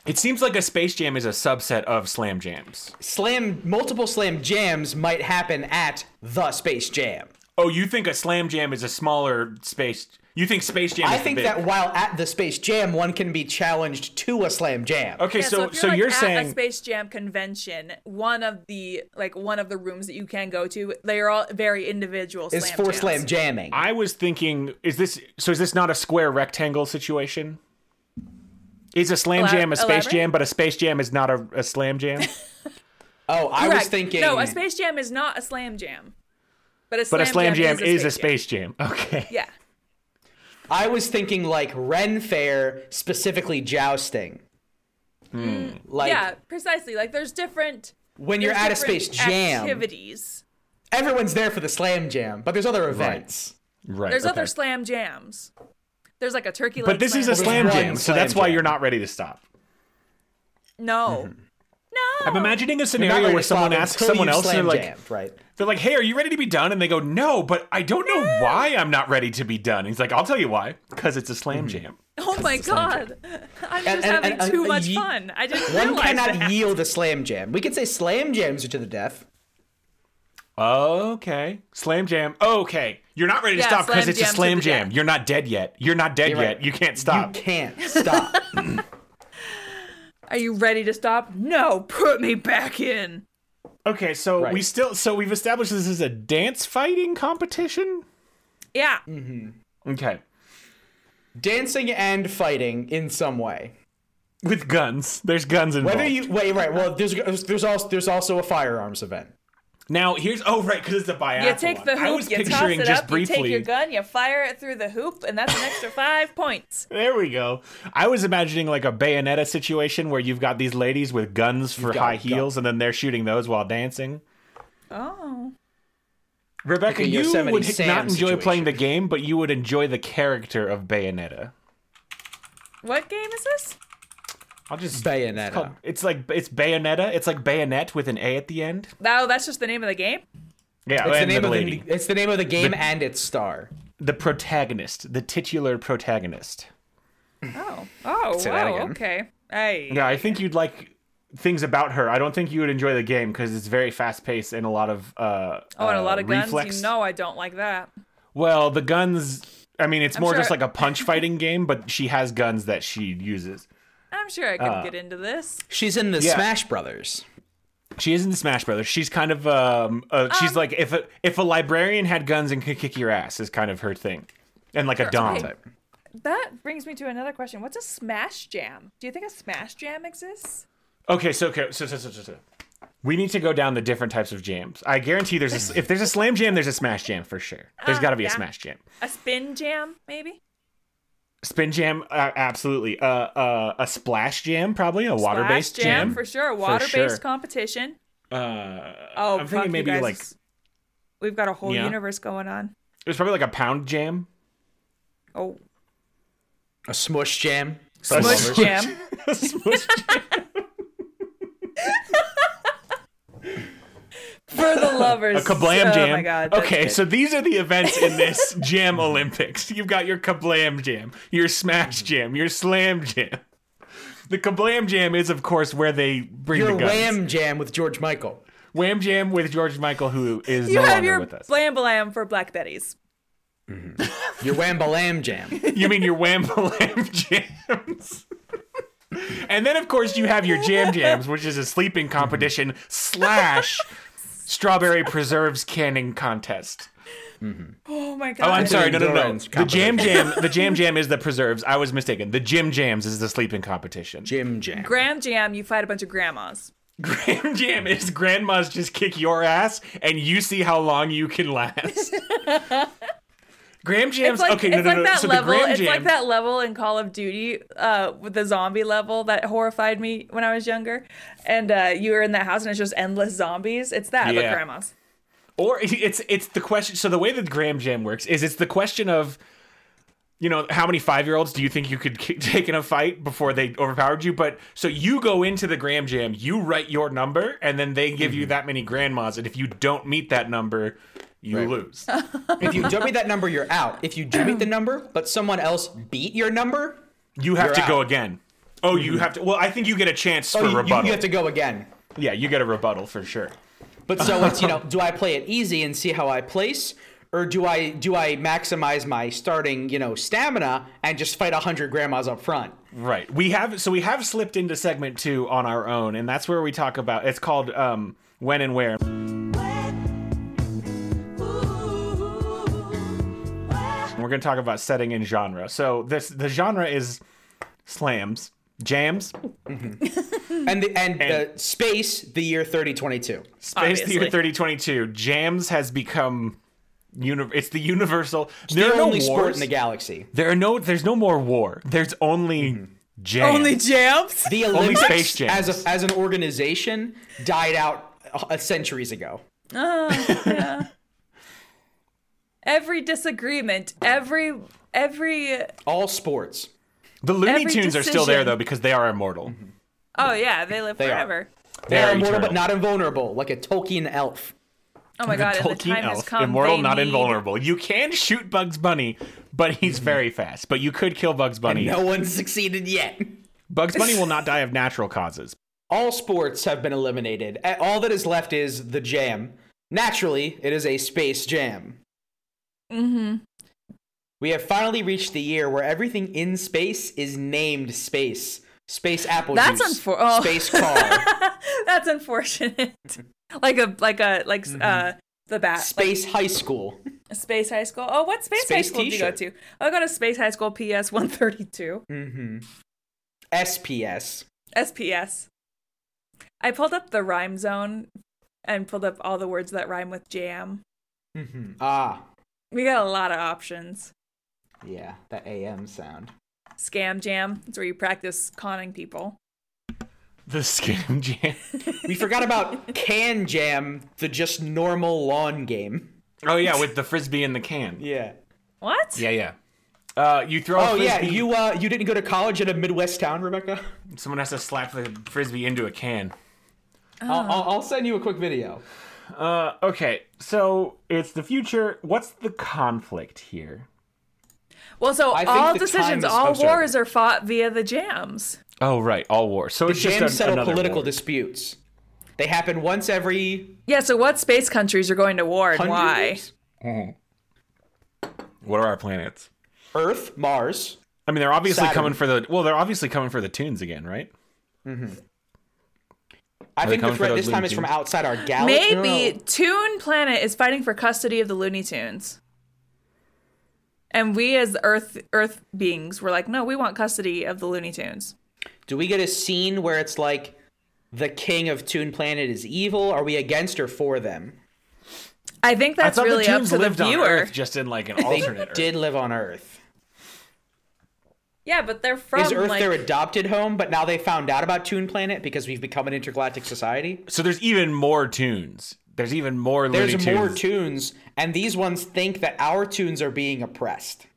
Speaker 1: It seems like a space jam is a subset of slam jams.
Speaker 2: Slam multiple slam jams might happen at the Space Jam.
Speaker 1: Oh, you think a slam jam is a smaller space? You think space jam?
Speaker 2: I
Speaker 1: is the
Speaker 2: think
Speaker 1: big-
Speaker 2: that while at the Space Jam, one can be challenged to a slam jam.
Speaker 1: Okay,
Speaker 3: Yeah,
Speaker 1: so
Speaker 3: if you're,
Speaker 1: so
Speaker 3: like,
Speaker 1: you're
Speaker 3: at
Speaker 1: saying
Speaker 3: a Space Jam convention, one of the like one of the rooms that you can go to, they are all very individual.
Speaker 2: Is
Speaker 3: slam
Speaker 2: for
Speaker 3: jams.
Speaker 2: slam jamming.
Speaker 1: I was thinking, is this so? Is this not a square rectangle situation? Is a slam
Speaker 3: Elab-
Speaker 1: jam a space
Speaker 3: elaborate?
Speaker 1: jam, but a space jam is not a, a slam jam?
Speaker 2: oh, I was
Speaker 3: Correct.
Speaker 2: thinking.
Speaker 3: No, a Space Jam is not a slam jam, but a slam,
Speaker 1: but a slam jam, is, a
Speaker 3: jam.
Speaker 1: space jam. [laughs] Okay.
Speaker 3: Yeah.
Speaker 2: I was thinking like Ren Fair, specifically jousting.
Speaker 1: Hmm.
Speaker 2: Hmm. Like
Speaker 3: yeah, precisely. Like there's different.
Speaker 2: when you're
Speaker 3: there's
Speaker 2: at a
Speaker 3: different
Speaker 2: Space Jam,
Speaker 3: activities.
Speaker 2: everyone's there for the slam jam, but there's other events.
Speaker 1: Right.
Speaker 3: There's
Speaker 1: okay.
Speaker 3: other slam jams. There's like a turkey leg.
Speaker 1: But this is a slam
Speaker 2: slam jam.
Speaker 1: jam, so
Speaker 2: Slam
Speaker 1: that's why
Speaker 2: jam.
Speaker 1: you're not ready to stop.
Speaker 3: No.
Speaker 1: Mm-hmm.
Speaker 3: No.
Speaker 1: I'm imagining a
Speaker 2: You're not
Speaker 1: scenario
Speaker 2: ready
Speaker 1: where
Speaker 2: to
Speaker 1: someone
Speaker 2: flop
Speaker 1: asks
Speaker 2: until
Speaker 1: someone
Speaker 2: you've
Speaker 1: else, and they're
Speaker 2: slam
Speaker 1: like,
Speaker 2: jammed, right?
Speaker 1: they're like, "Hey, are you ready to be done?" And they go, "No, but I don't know why I'm not ready to be done." And he's like, "I'll tell you why, because it's a slam jam."
Speaker 3: [laughs] Oh my god. [laughs] I'm
Speaker 2: And-
Speaker 3: just
Speaker 2: and-
Speaker 3: having
Speaker 2: and-
Speaker 3: too
Speaker 2: uh,
Speaker 3: much
Speaker 2: ye-
Speaker 3: fun. I didn't
Speaker 2: One
Speaker 3: realize
Speaker 2: cannot
Speaker 3: that.
Speaker 2: yield a slam jam. We could say slam jams are to the death.
Speaker 1: Okay. Slam jam. Okay. You're not ready to
Speaker 3: Yeah,
Speaker 1: stop because
Speaker 3: slam
Speaker 1: it's a
Speaker 3: jam to
Speaker 1: slam
Speaker 3: the
Speaker 1: jam.
Speaker 3: death.
Speaker 1: You're not dead yet. You're not dead
Speaker 2: You're
Speaker 1: yet.
Speaker 2: right.
Speaker 1: You can't stop.
Speaker 2: You can't stop. [laughs]
Speaker 3: Are you ready to stop? No, put me back in.
Speaker 1: Okay, so
Speaker 2: Right.
Speaker 1: we still so we've established this is a dance fighting competition?
Speaker 3: Yeah.
Speaker 2: Mm,
Speaker 1: Okay.
Speaker 2: Dancing and fighting in some way.
Speaker 1: With guns. There's guns involved.
Speaker 2: Whether you wait, right? Well, there's there's also there's also a firearms event.
Speaker 1: now here's oh right, because it's a biathlon.
Speaker 3: You take the
Speaker 1: I
Speaker 3: hoop,
Speaker 1: was
Speaker 3: you toss
Speaker 1: picturing
Speaker 3: it
Speaker 1: just
Speaker 3: up,
Speaker 1: briefly.
Speaker 3: you take your gun, you fire it through the hoop, and that's an extra five points.
Speaker 1: There we go. I was imagining like a bayonetta situation where you've got these ladies with guns for
Speaker 2: got
Speaker 1: high
Speaker 2: gun-
Speaker 1: heels and then they're shooting those while dancing.
Speaker 3: Oh.
Speaker 1: Rebecca,
Speaker 2: Like a
Speaker 1: you
Speaker 2: Yosemite
Speaker 1: would
Speaker 2: Sam
Speaker 1: not enjoy
Speaker 2: situation.
Speaker 1: playing the game, but you would enjoy the character of Bayonetta.
Speaker 3: What game is this?
Speaker 1: I'll just
Speaker 2: Bayonetta.
Speaker 1: It's, called- it's like it's Bayonetta. It's like bayonet with an A at the end.
Speaker 3: No, Oh, that's just the name of the game.
Speaker 1: Yeah,
Speaker 2: It's the
Speaker 1: and
Speaker 2: name
Speaker 1: the
Speaker 2: of
Speaker 1: lady,
Speaker 2: the,
Speaker 1: the,
Speaker 2: it's the name of the game and its star.
Speaker 1: protagonist, the titular protagonist.
Speaker 3: Oh. Oh,
Speaker 2: Say that
Speaker 3: wow.
Speaker 2: again.
Speaker 3: Okay. Hey.
Speaker 1: Yeah, I think you'd like things about her. I don't think you would enjoy the game because it's very fast paced and a lot of uh,
Speaker 3: Oh, and a
Speaker 1: uh,
Speaker 3: lot of guns.
Speaker 1: reflex.
Speaker 3: You know I don't like that.
Speaker 1: Well, the guns. I mean, it's more
Speaker 3: sure-
Speaker 1: just like a punch fighting game, but she has guns that she uses.
Speaker 3: I'm sure I could
Speaker 2: Uh.
Speaker 3: get into this.
Speaker 2: She's in the
Speaker 1: Yeah.
Speaker 2: Smash Brothers.
Speaker 1: She is in the Smash Brothers. She's kind of um, uh, she's like if a if a librarian had guns and could kick your ass is kind of her thing, and like a dom.
Speaker 3: okay. That brings me to another question. What's a smash jam? Do you think a smash jam exists?
Speaker 1: Okay, so okay, so, so so so so. We need to go down the different types of jams. I guarantee there's a, if there's a slam jam, there's a smash jam for sure. There's
Speaker 3: Ah,
Speaker 1: got to be a
Speaker 3: yeah.
Speaker 1: smash jam.
Speaker 3: A spin jam, maybe?
Speaker 1: Spin jam, uh, absolutely. Uh, uh, a splash jam, probably a water based
Speaker 3: Splash jam,
Speaker 1: jam.
Speaker 3: for sure. A water
Speaker 1: sure.
Speaker 3: based competition.
Speaker 1: Uh, I'm
Speaker 3: Oh, fuck,
Speaker 1: thinking
Speaker 3: you
Speaker 1: maybe
Speaker 3: guys
Speaker 1: like
Speaker 3: is- we've got a whole
Speaker 1: Yeah.
Speaker 3: universe going on.
Speaker 1: There's probably like a pound jam. [laughs]
Speaker 3: Oh,
Speaker 2: A smush jam.
Speaker 1: Smush
Speaker 3: smush jam.
Speaker 1: Smush jam.
Speaker 3: For the lovers.
Speaker 1: a kablam
Speaker 3: oh
Speaker 1: jam.
Speaker 3: my god. that's
Speaker 1: okay,
Speaker 3: good.
Speaker 1: so these are the events in
Speaker 3: [laughs]
Speaker 1: this jam Olympics. You've got your kablam jam, your smash jam, your slam jam. The kablam jam is, of course, where they bring
Speaker 2: Your
Speaker 1: the guns.
Speaker 2: wham jam with George Michael.
Speaker 1: Wham jam with George Michael, who is
Speaker 3: you
Speaker 1: no
Speaker 3: have
Speaker 1: longer
Speaker 3: your
Speaker 1: with us.
Speaker 3: blam blam for Black Betty's.
Speaker 2: Your wham balam jam.
Speaker 1: You mean your wham blam [laughs] jams? [laughs] and then, of course, you have your jam jams, which is a sleeping competition
Speaker 3: [laughs]
Speaker 1: slash strawberry preserves canning contest.
Speaker 3: Oh my god.
Speaker 1: Oh, I'm sorry. No, no, no.
Speaker 2: Endurance
Speaker 1: The jam
Speaker 2: competition.
Speaker 1: jam. The jam jam is the preserves. I was mistaken. The gym jams is the sleeping competition. [laughs]
Speaker 2: Jim jam.
Speaker 3: Gram jam, you fight a bunch of grandmas.
Speaker 1: Gram jam is grandma's just kick your ass and you see how long you can
Speaker 2: [laughs]
Speaker 1: last. Gram jams.
Speaker 3: It's like,
Speaker 1: okay,
Speaker 3: it's
Speaker 1: no, no,
Speaker 3: like
Speaker 1: no.
Speaker 3: that
Speaker 1: so
Speaker 3: level.
Speaker 1: the gram
Speaker 3: It's
Speaker 1: jam.
Speaker 3: like that level in Call of Duty, uh, with the zombie level that horrified me when I was younger. And uh, you were in that house, and it's just endless zombies. It's that, but
Speaker 1: Yeah.
Speaker 3: grandmas.
Speaker 1: or [laughs] it's it's the question so the way that gram jam works is it's the question of you know how many five-year-olds do you think you could [laughs] k- take in a fight before they overpowered you but so you go into the gram jam you write your number and then they give
Speaker 2: Mm-hmm.
Speaker 1: you that many grandmas and if you don't meet that number you
Speaker 2: Right.
Speaker 1: lose
Speaker 2: If you don't meet that number, you're out. If you do meet the number, but someone else beat your number,
Speaker 1: you have
Speaker 2: You're
Speaker 1: to go
Speaker 2: out. Mm-hmm.
Speaker 1: again oh you have to well i think you get a chance
Speaker 2: oh,
Speaker 1: for
Speaker 2: you- you,
Speaker 1: rebuttal
Speaker 2: you have to go again.
Speaker 1: yeah you get a rebuttal for sure
Speaker 2: But so it's you know, do I play it easy and see how I place, or do I do I maximize my starting you know stamina and just fight hundred grandmas up front?
Speaker 1: Right. We have so we have slipped into segment two on our own, and that's where we talk about it's called um when and where. We're gonna talk about setting and genre. So this the genre is slams, jams,
Speaker 2: And the and,
Speaker 1: And-
Speaker 2: uh, space the year thirty twenty two.
Speaker 1: space the year
Speaker 3: Obviously.
Speaker 1: thirty twenty two. Jams has become uni- it's the universal. there
Speaker 2: The
Speaker 1: are no
Speaker 2: only
Speaker 1: wars.
Speaker 2: sport in the galaxy.
Speaker 1: there are no. There's no more war. There's only jams.
Speaker 3: Only jams.
Speaker 2: The Olympics
Speaker 1: Space Jam.
Speaker 2: as a, as an organization died out uh, centuries ago.
Speaker 3: every disagreement, every every.
Speaker 2: All sports.
Speaker 1: the Looney
Speaker 3: every
Speaker 1: Tunes are still there
Speaker 3: decision-
Speaker 1: though because they are immortal.
Speaker 3: Oh yeah, they live
Speaker 2: They are.
Speaker 3: forever.
Speaker 1: They
Speaker 2: They're
Speaker 1: are
Speaker 2: immortal
Speaker 1: eternal.
Speaker 2: but not invulnerable, like a Tolkien elf.
Speaker 3: Oh my
Speaker 1: the
Speaker 3: god, and the
Speaker 1: Tolkien
Speaker 3: time has
Speaker 1: elf,
Speaker 3: come.
Speaker 1: immortal,
Speaker 3: They
Speaker 1: not
Speaker 3: need-
Speaker 1: invulnerable. You can shoot Bugs Bunny, but he's very fast. But you could kill Bugs Bunny.
Speaker 2: No one's succeeded yet.
Speaker 1: Bugs Bunny will not die of natural causes.
Speaker 2: All sports have been eliminated. A- All that is left is the jam. Naturally, it is a space jam.
Speaker 3: Mhm.
Speaker 2: We have finally reached the year where everything in space is named space. Space apple
Speaker 3: That's
Speaker 2: juice.
Speaker 3: unfor- oh.
Speaker 2: Space
Speaker 3: [laughs]
Speaker 2: car.
Speaker 3: [laughs] That's unfortunate. [laughs] like a like a like uh
Speaker 1: Mm-hmm.
Speaker 3: the bat.
Speaker 2: space high school.
Speaker 3: Like space high school. Oh, what space, high
Speaker 2: Space
Speaker 3: school
Speaker 2: t-shirt.
Speaker 3: did you go to? I go to Space High School PS 132
Speaker 2: Mm-hmm. SPS.
Speaker 3: SPS. I pulled up the rhyme zone and pulled up all the words that rhyme with jam.
Speaker 2: Ah,
Speaker 3: We got a lot of options.
Speaker 2: yeah, that AM sound.
Speaker 3: Scam jam. That's where you practice conning people.
Speaker 1: The scam jam.
Speaker 2: We forgot
Speaker 3: [laughs]
Speaker 2: about can jam, the just normal lawn game.
Speaker 1: Oh yeah, with the frisbee and the can.
Speaker 2: Yeah.
Speaker 3: What?
Speaker 1: Yeah, yeah. Uh, you throw.
Speaker 2: Oh
Speaker 1: a
Speaker 2: yeah,
Speaker 1: frisbee,
Speaker 2: you uh, you didn't go to college in a Midwest town, Rebecca.
Speaker 1: Someone has to slap the frisbee into a can.
Speaker 2: I'll, I'll- I'll send you a quick video.
Speaker 1: Uh, okay, so it's the future. What's the conflict here?
Speaker 3: Well, so
Speaker 2: I think
Speaker 3: all
Speaker 2: the time
Speaker 3: decisions,
Speaker 2: is
Speaker 3: all
Speaker 2: observed.
Speaker 3: wars are fought via the jams.
Speaker 1: Oh right, all war. So it's just
Speaker 2: Jam
Speaker 1: an-
Speaker 2: settle
Speaker 1: another
Speaker 2: political
Speaker 1: war.
Speaker 2: disputes. They happen once every
Speaker 3: Yeah, so what space countries are going to war and
Speaker 2: hundred
Speaker 3: why?
Speaker 2: years.
Speaker 1: What are our planets?
Speaker 2: Earth, Mars.
Speaker 1: I mean, they're obviously
Speaker 2: Saturn.
Speaker 1: coming for the well. They're obviously coming for the tunes again, right?
Speaker 2: I
Speaker 1: they
Speaker 2: think the
Speaker 1: coming for
Speaker 2: threat
Speaker 1: those
Speaker 2: this time
Speaker 1: Looney
Speaker 2: is from
Speaker 1: Tunes?
Speaker 2: outside our galaxy.
Speaker 3: Maybe Toon Planet is fighting for custody of the Looney Tunes. And we as Earth Earth beings were like, no, we want custody of the Looney Tunes.
Speaker 2: Do we get a scene where it's like the king of Toon Planet is evil? Are we against or for them?
Speaker 3: I think that's
Speaker 1: I thought
Speaker 3: really
Speaker 1: the
Speaker 3: up
Speaker 1: tunes
Speaker 3: to the
Speaker 1: lived on
Speaker 3: viewer.
Speaker 1: Earth, just in
Speaker 3: [laughs]
Speaker 1: like an
Speaker 2: They
Speaker 1: alternate Earth.
Speaker 2: did live on Earth.
Speaker 3: Yeah, but they're from
Speaker 2: is Earth
Speaker 3: like
Speaker 2: their adopted home? But now they found out about Toon Planet because we've become an intergalactic society.
Speaker 1: So there's even more tunes. There's even more
Speaker 2: There's
Speaker 1: Looney
Speaker 2: more
Speaker 1: Tunes.
Speaker 2: tunes, and these ones think that our tunes are being oppressed.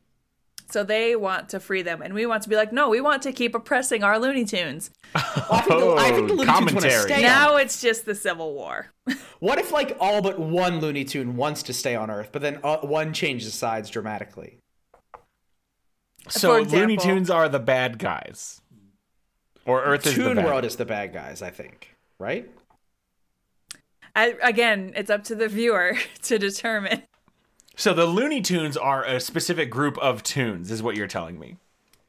Speaker 3: so they want to free them and we want to be like, no, we want to keep oppressing our Looney Tunes.
Speaker 2: Well, I think the, I think the
Speaker 1: Oh,
Speaker 2: Looney Tunes want to
Speaker 1: commentary.
Speaker 2: stay.
Speaker 3: Now
Speaker 2: on.
Speaker 3: it's just the Civil War.
Speaker 2: What if like all but one Looney Tune wants to stay on Earth, but then uh, one changes sides dramatically?
Speaker 1: So
Speaker 3: For
Speaker 1: Looney
Speaker 3: example-
Speaker 1: Tunes are the bad guys, or Earth is the
Speaker 2: Toon
Speaker 1: bad.
Speaker 2: World is the bad guys, I think. Right?
Speaker 3: I, again, it's up to the viewer [laughs] to determine.
Speaker 1: So the Looney Tunes are a specific group of tunes, is what you're telling me,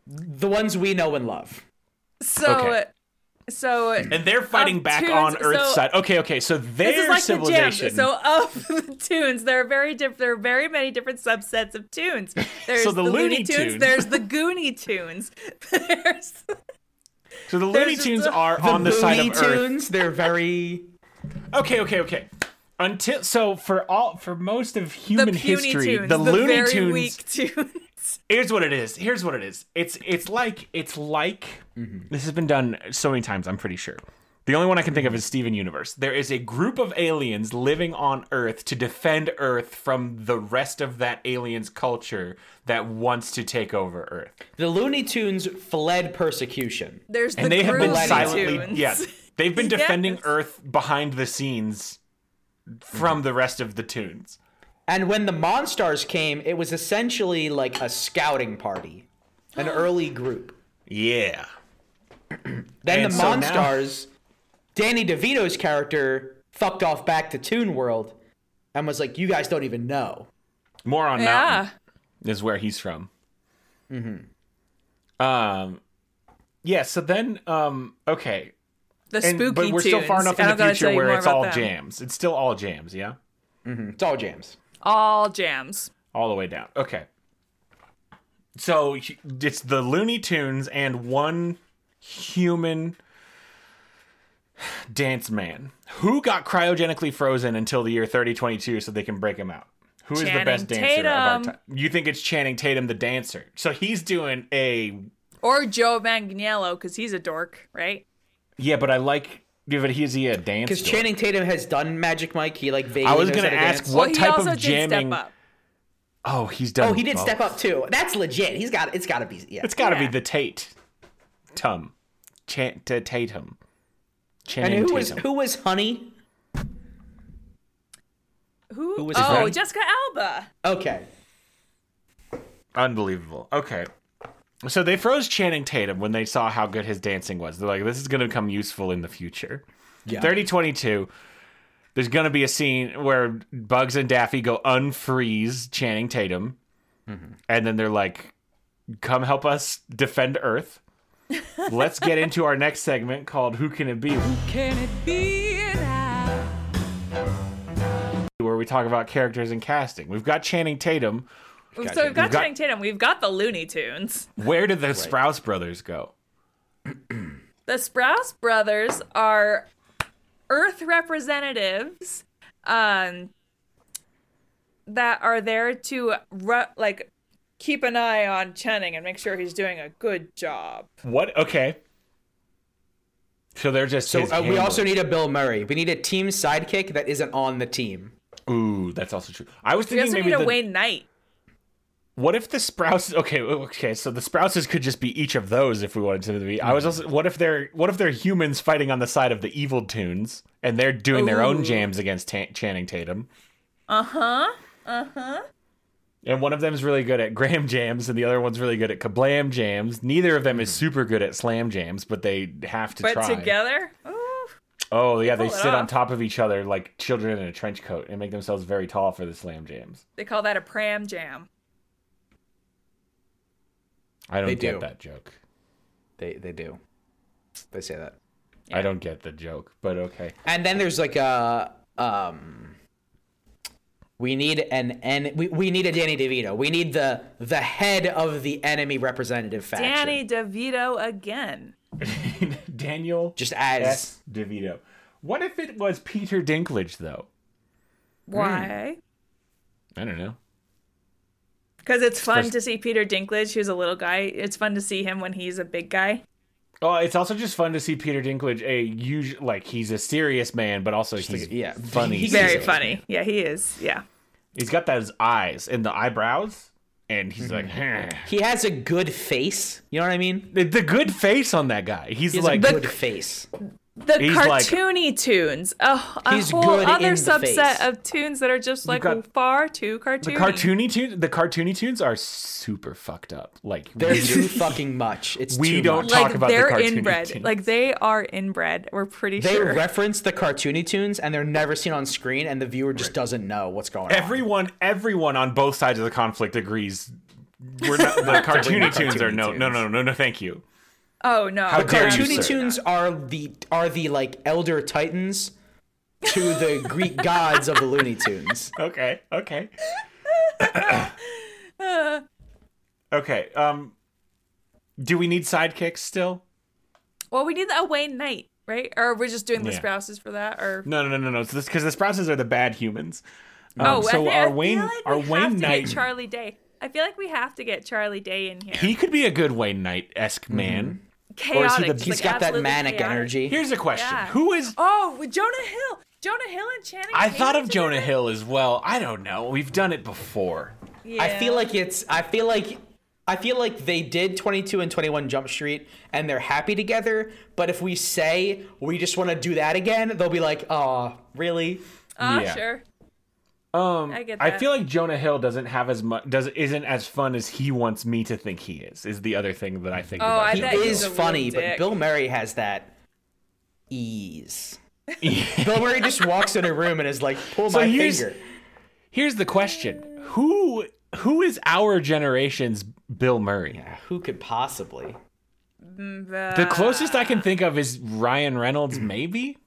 Speaker 2: The ones we know and love.
Speaker 3: So,
Speaker 1: Okay.
Speaker 3: so
Speaker 1: and they're fighting
Speaker 3: Of
Speaker 1: back
Speaker 3: tunes,
Speaker 1: on Earth's
Speaker 3: so-
Speaker 1: side. Okay, okay. So their
Speaker 3: this is like the jam.
Speaker 1: civilization.
Speaker 3: So of [laughs] the tunes, there are very diff- there are very many different subsets
Speaker 1: [laughs]
Speaker 3: of tunes. There's
Speaker 1: the Looney Tunes.
Speaker 3: There's the Goonie Tunes. [laughs] There's
Speaker 1: So the Looney
Speaker 3: just
Speaker 1: Tunes
Speaker 3: the-
Speaker 1: are on the side
Speaker 2: Looney
Speaker 1: of Earth.
Speaker 2: Tunes, they're very.
Speaker 1: Okay, okay, okay. Until so for all for most of human
Speaker 3: the puny
Speaker 1: history,
Speaker 3: tunes.
Speaker 1: the Looney
Speaker 3: very
Speaker 1: Tunes.
Speaker 3: weak [laughs] tunes.
Speaker 1: Here's what it is. Here's what it is. It's it's like it's like this has been done so many times. I'm pretty sure. The only one I can think of is Steven Universe. There is a group of aliens living on Earth to defend Earth from the rest of that alien's culture that wants to take over Earth.
Speaker 2: The Looney Tunes fled persecution.
Speaker 3: There's the
Speaker 1: and they have been
Speaker 3: Groovy
Speaker 1: silently
Speaker 3: tunes.
Speaker 1: yes they've
Speaker 3: [laughs]
Speaker 1: been defending
Speaker 3: Yes.
Speaker 1: earth behind the scenes from the rest of the tunes
Speaker 2: And when the Monstars came, it was essentially like a scouting party, an early group.
Speaker 1: yeah
Speaker 2: Then
Speaker 1: And
Speaker 2: the
Speaker 1: so now-
Speaker 2: Monstars, Danny DeVito's character, fucked off back to Toon World and was like, you guys don't even know.
Speaker 1: moron
Speaker 3: Yeah.
Speaker 1: mountain is where he's from mm-hmm um yeah so then um okay
Speaker 3: The
Speaker 1: and,
Speaker 3: spooky
Speaker 1: but we're still far
Speaker 3: tunes.
Speaker 1: enough
Speaker 3: And
Speaker 1: in the
Speaker 3: I'm gonna tell
Speaker 1: future
Speaker 3: you
Speaker 1: where
Speaker 3: more
Speaker 1: it's
Speaker 3: about
Speaker 1: all
Speaker 3: them.
Speaker 1: jams it's still all jams yeah
Speaker 2: It's all jams.
Speaker 3: All jams.
Speaker 1: all the way down okay so hu- it's the looney tunes and one human dance man who got cryogenically frozen until the year 3022 so they can break him out who is the
Speaker 3: Channing
Speaker 1: best dancer of our
Speaker 3: Tatum.
Speaker 1: time you think it's channing tatum the dancer so he's doing a
Speaker 3: Or Joe Manganiello because he's a dork, right?
Speaker 1: yeah but i like yeah, but is he uh, a dancer
Speaker 2: Because Channing Tatum has done Magic Mike. He like vaguely
Speaker 1: i was
Speaker 2: knows
Speaker 1: gonna
Speaker 2: how to
Speaker 1: ask
Speaker 2: dance.
Speaker 1: what
Speaker 3: well, he
Speaker 1: type
Speaker 3: also
Speaker 1: of
Speaker 3: did
Speaker 1: jamming
Speaker 3: step up.
Speaker 1: oh he's done
Speaker 2: Oh, he did
Speaker 1: both.
Speaker 2: step up too. That's legit. He's got. It's got to be. Yeah.
Speaker 1: It's got to be
Speaker 3: Yeah.
Speaker 1: the Tate, Tum, Chan- t- Tatum,
Speaker 2: and
Speaker 1: Channing
Speaker 2: who
Speaker 1: Tatum.
Speaker 2: was who was Honey?
Speaker 3: Who?
Speaker 2: Who was
Speaker 3: oh,
Speaker 1: that?
Speaker 3: Jessica Alba.
Speaker 2: Okay.
Speaker 1: Unbelievable. Okay. So they froze Channing Tatum when they saw how good his dancing was. They're like, this is going to become useful in the future.
Speaker 2: Yeah.
Speaker 1: 3022, there's going to be a scene where Bugs and Daffy go unfreeze Channing Tatum.
Speaker 2: Mm-hmm.
Speaker 1: And then they're like, come help us defend
Speaker 2: [laughs]
Speaker 1: Earth. Let's get into our next segment called Who Can It Be?
Speaker 3: Can it be now?
Speaker 1: Where we talk about characters and casting. We've got Channing Tatum.
Speaker 3: So we've got
Speaker 1: got-
Speaker 3: Channing Tatum. We've got the Looney Tunes.
Speaker 1: Where did the Sprouse brothers go?
Speaker 3: The Sprouse brothers are Earth representatives um, that are there to ru- like keep an eye on Channing and make sure he's doing a good job.
Speaker 1: What? Okay. So they're just
Speaker 2: So
Speaker 1: his
Speaker 2: uh, we also
Speaker 1: handlers.
Speaker 2: need a Bill Murray. We need a team sidekick that isn't on the team.
Speaker 1: Ooh, that's also true. I was
Speaker 3: We
Speaker 1: thinking
Speaker 3: also
Speaker 1: maybe
Speaker 3: need a
Speaker 1: the-
Speaker 3: Wayne Knight.
Speaker 1: what if the Sprouses? Okay, okay. So the Sprouses could just be each of those if we wanted to be. I was also what if they're what if they're humans fighting on the side of the evil tunes and they're doing their
Speaker 3: Ooh.
Speaker 1: own jams against Ta- Channing Tatum?
Speaker 3: Uh huh.
Speaker 1: And one of them is really good at Graham jams, and the other one's really good at Kablam jams. Neither of them is
Speaker 2: Hmm.
Speaker 1: super good at slam jams, but they have to
Speaker 3: But
Speaker 1: try.
Speaker 3: together, ooh,
Speaker 1: oh yeah, they
Speaker 3: pull it
Speaker 1: sit on
Speaker 3: off.
Speaker 1: top of each other like children in a trench coat and make themselves very tall for the slam jams.
Speaker 3: they call that a pram jam.
Speaker 1: I don't
Speaker 2: They
Speaker 1: get
Speaker 2: do.
Speaker 1: that joke.
Speaker 2: They they do. They say that.
Speaker 1: I don't get the joke, but
Speaker 2: [laughs]
Speaker 1: okay.
Speaker 2: And then there's like a um we need an en- we, we need a Danny DeVito. We need the the head of the enemy representative faction.
Speaker 3: Danny DeVito again.
Speaker 1: Daniel
Speaker 2: just as
Speaker 1: S. DeVito. What if it was Peter Dinklage though? Hmm.
Speaker 3: Why?
Speaker 1: I don't know.
Speaker 3: Because it's fun
Speaker 1: First-
Speaker 3: to see Peter Dinklage, who's a little guy. It's fun to see him when he's a big guy.
Speaker 1: Oh, it's also just fun to see Peter Dinklage. A usual, like he's a serious man, but also he's
Speaker 2: like, yeah.
Speaker 1: funny.
Speaker 2: He's
Speaker 3: Very
Speaker 2: a-
Speaker 3: funny. Yeah, he is. Yeah.
Speaker 1: He's got those eyes and the eyebrows, and he's like "Huh."
Speaker 2: he has a good face. You know what I mean?
Speaker 1: the, the good face on that guy. He's,
Speaker 2: He's
Speaker 1: like
Speaker 2: a good face.
Speaker 3: The
Speaker 1: He's like-
Speaker 3: cartoony tunes. Oh, a
Speaker 2: He's
Speaker 3: whole
Speaker 2: good
Speaker 3: other
Speaker 2: in the
Speaker 3: subset
Speaker 2: face.
Speaker 3: of tunes that are just like
Speaker 1: got-
Speaker 3: far too cartoony.
Speaker 1: the cartoony tunes. The cartoony tunes are super fucked up. Like
Speaker 2: [laughs] They're too fucking much. It's
Speaker 1: We
Speaker 2: too
Speaker 1: don't
Speaker 2: much.
Speaker 1: talk
Speaker 3: like
Speaker 1: about the
Speaker 3: they're
Speaker 1: cartoony
Speaker 3: inbred.
Speaker 1: tunes.
Speaker 3: Like they are inbred. We're pretty
Speaker 2: They
Speaker 3: sure.
Speaker 2: reference the cartoony tunes and they're never seen on screen, and the viewer just doesn't know what's going on.
Speaker 1: everyone, everyone on both sides of the conflict agrees. We're not the cartoony
Speaker 2: not
Speaker 1: tunes are
Speaker 2: cartoony
Speaker 1: no, no,
Speaker 2: tunes.
Speaker 1: no, no, no. Thank you.
Speaker 3: oh no.
Speaker 1: How dare you,
Speaker 2: Cartoony
Speaker 1: sir.
Speaker 2: tunes are the are the like elder titans to the
Speaker 3: [laughs]
Speaker 2: Greek gods of the Looney Tunes.
Speaker 1: Okay, okay, okay. Um, do we need sidekicks still?
Speaker 3: Well, we need a Wayne Knight, right? Or we're just doing the
Speaker 1: Yeah. Um,
Speaker 3: spouses for that, or
Speaker 1: No, no, no, no, no. It's because the Sprouses are the bad humans. Um,
Speaker 3: oh, I
Speaker 1: so
Speaker 3: thi- I
Speaker 1: our
Speaker 3: feel
Speaker 1: Wayne,
Speaker 3: like
Speaker 1: our
Speaker 3: we have
Speaker 1: Wayne
Speaker 3: to
Speaker 1: Knight,
Speaker 3: get Charlie Day. I feel like we have to get Charlie Day in here.
Speaker 1: he could be a good Wayne Knight esque man.
Speaker 3: chaotic.
Speaker 1: the- He's
Speaker 3: just,
Speaker 2: He's
Speaker 3: like,
Speaker 2: got that
Speaker 3: absolutely
Speaker 2: manic
Speaker 3: chaotic.
Speaker 2: energy.
Speaker 1: Here's a question:
Speaker 3: Yeah.
Speaker 1: Who is?
Speaker 3: Oh, with Jonah Hill. Jonah Hill and Channing.
Speaker 1: I
Speaker 3: Tatum
Speaker 1: thought of
Speaker 3: together?
Speaker 1: Jonah Hill as well. I don't know. We've done it before.
Speaker 3: Yeah.
Speaker 2: I feel like it's. I feel like. I feel like they did 22 and 21 Jump Street and they're happy together. But if we say we just want to do that again, they'll be like, "Oh, really?"
Speaker 3: Ah,
Speaker 1: Yeah.
Speaker 3: sure.
Speaker 1: Um,
Speaker 3: I get
Speaker 1: I
Speaker 3: that.
Speaker 1: feel like Jonah Hill doesn't have as much does isn't as fun as he wants me to think he is. Is the other thing that I think.
Speaker 3: Oh,
Speaker 1: about
Speaker 3: I
Speaker 1: Jonah
Speaker 3: bet
Speaker 1: Hill.
Speaker 2: It
Speaker 3: he's
Speaker 2: is
Speaker 3: a real
Speaker 2: funny, but
Speaker 3: dick.
Speaker 2: Bill Murray has that ease. [laughs] Bill Murray just walks in a room and is like, "Pull
Speaker 1: So
Speaker 2: my
Speaker 1: here's-
Speaker 2: finger."
Speaker 1: Here's the question: Who who is our generation's Bill Murray?
Speaker 2: Who could possibly?
Speaker 1: The
Speaker 3: Uh,
Speaker 1: closest I can think of is Ryan
Speaker 3: [clears throat]
Speaker 1: Reynolds, maybe.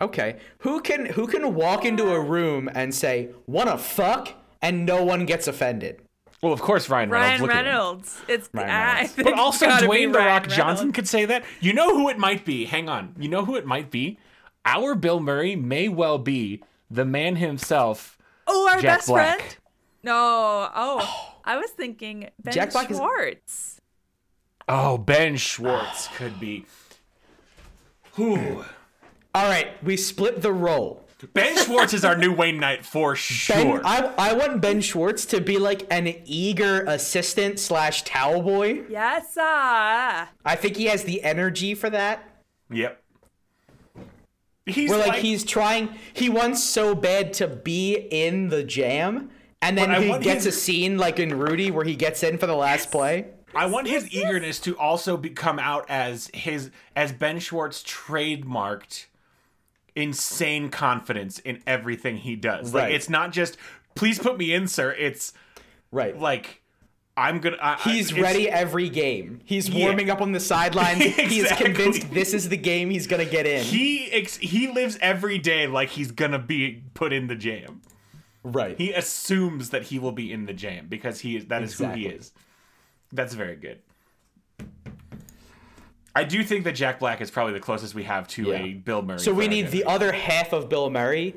Speaker 2: Okay, who can who can walk into a room and say, "Wanna fuck," and no one gets offended?
Speaker 1: Well, of course, Ryan Reynolds.
Speaker 3: Ryan
Speaker 1: look at him.
Speaker 3: Reynolds. It's
Speaker 2: Ryan
Speaker 3: I
Speaker 2: Reynolds.
Speaker 3: think
Speaker 1: But
Speaker 3: it's
Speaker 1: also,
Speaker 3: gotta be
Speaker 1: Dwayne The
Speaker 3: Ryan
Speaker 1: Rock Johnson
Speaker 3: Reynolds.
Speaker 1: could say that. You know who it might be. Hang on. You know who it might be. Our Bill Murray may well be the man himself,
Speaker 3: Oh, our
Speaker 1: Jack
Speaker 3: best
Speaker 1: Black.
Speaker 3: friend. No. Oh, I was thinking Ben
Speaker 2: Jack Black is-
Speaker 3: Schwartz.
Speaker 1: Oh, Ben
Speaker 3: [sighs]
Speaker 1: Schwartz could be. Who?
Speaker 2: All right, we split the role.
Speaker 1: Ben Schwartz is our new Wayne Knight for
Speaker 2: Ben,
Speaker 1: sure.
Speaker 2: I, I want Ben Schwartz to be like an eager assistant slash towel boy.
Speaker 3: Yes, ah.
Speaker 2: I think he has the energy for that.
Speaker 1: Yep. He's
Speaker 2: Where like,
Speaker 1: like
Speaker 2: he's trying, he wants so bad to be in the jam, and then
Speaker 1: But I
Speaker 2: he
Speaker 1: want
Speaker 2: gets
Speaker 1: him-
Speaker 2: a scene like in Rudy where he gets in for the last play.
Speaker 1: I want his eagerness to also be, come out as his as Ben Schwartz trademarked insane confidence in everything he does. Like
Speaker 2: Right.
Speaker 1: it's not just please put me in, sir. It's
Speaker 2: Right.
Speaker 1: like I'm gonna. I, I-
Speaker 2: he's
Speaker 1: it's-
Speaker 2: ready every game. He's
Speaker 1: Yeah.
Speaker 2: warming up on
Speaker 1: [laughs]
Speaker 2: the sidelines. He is
Speaker 1: Exactly.
Speaker 2: convinced this is the game he's gonna get in.
Speaker 1: He ex- he lives every day like he's gonna be put in the jam.
Speaker 2: right.
Speaker 1: He assumes that he will be in the jam because he is that is who
Speaker 2: Exactly.
Speaker 1: he is. That's very good. I do think that Jack Black is probably the closest we have to a
Speaker 2: Yeah.
Speaker 1: Bill Murray.
Speaker 2: So we
Speaker 1: for our
Speaker 2: need the
Speaker 1: generation.
Speaker 2: other half of Bill Murray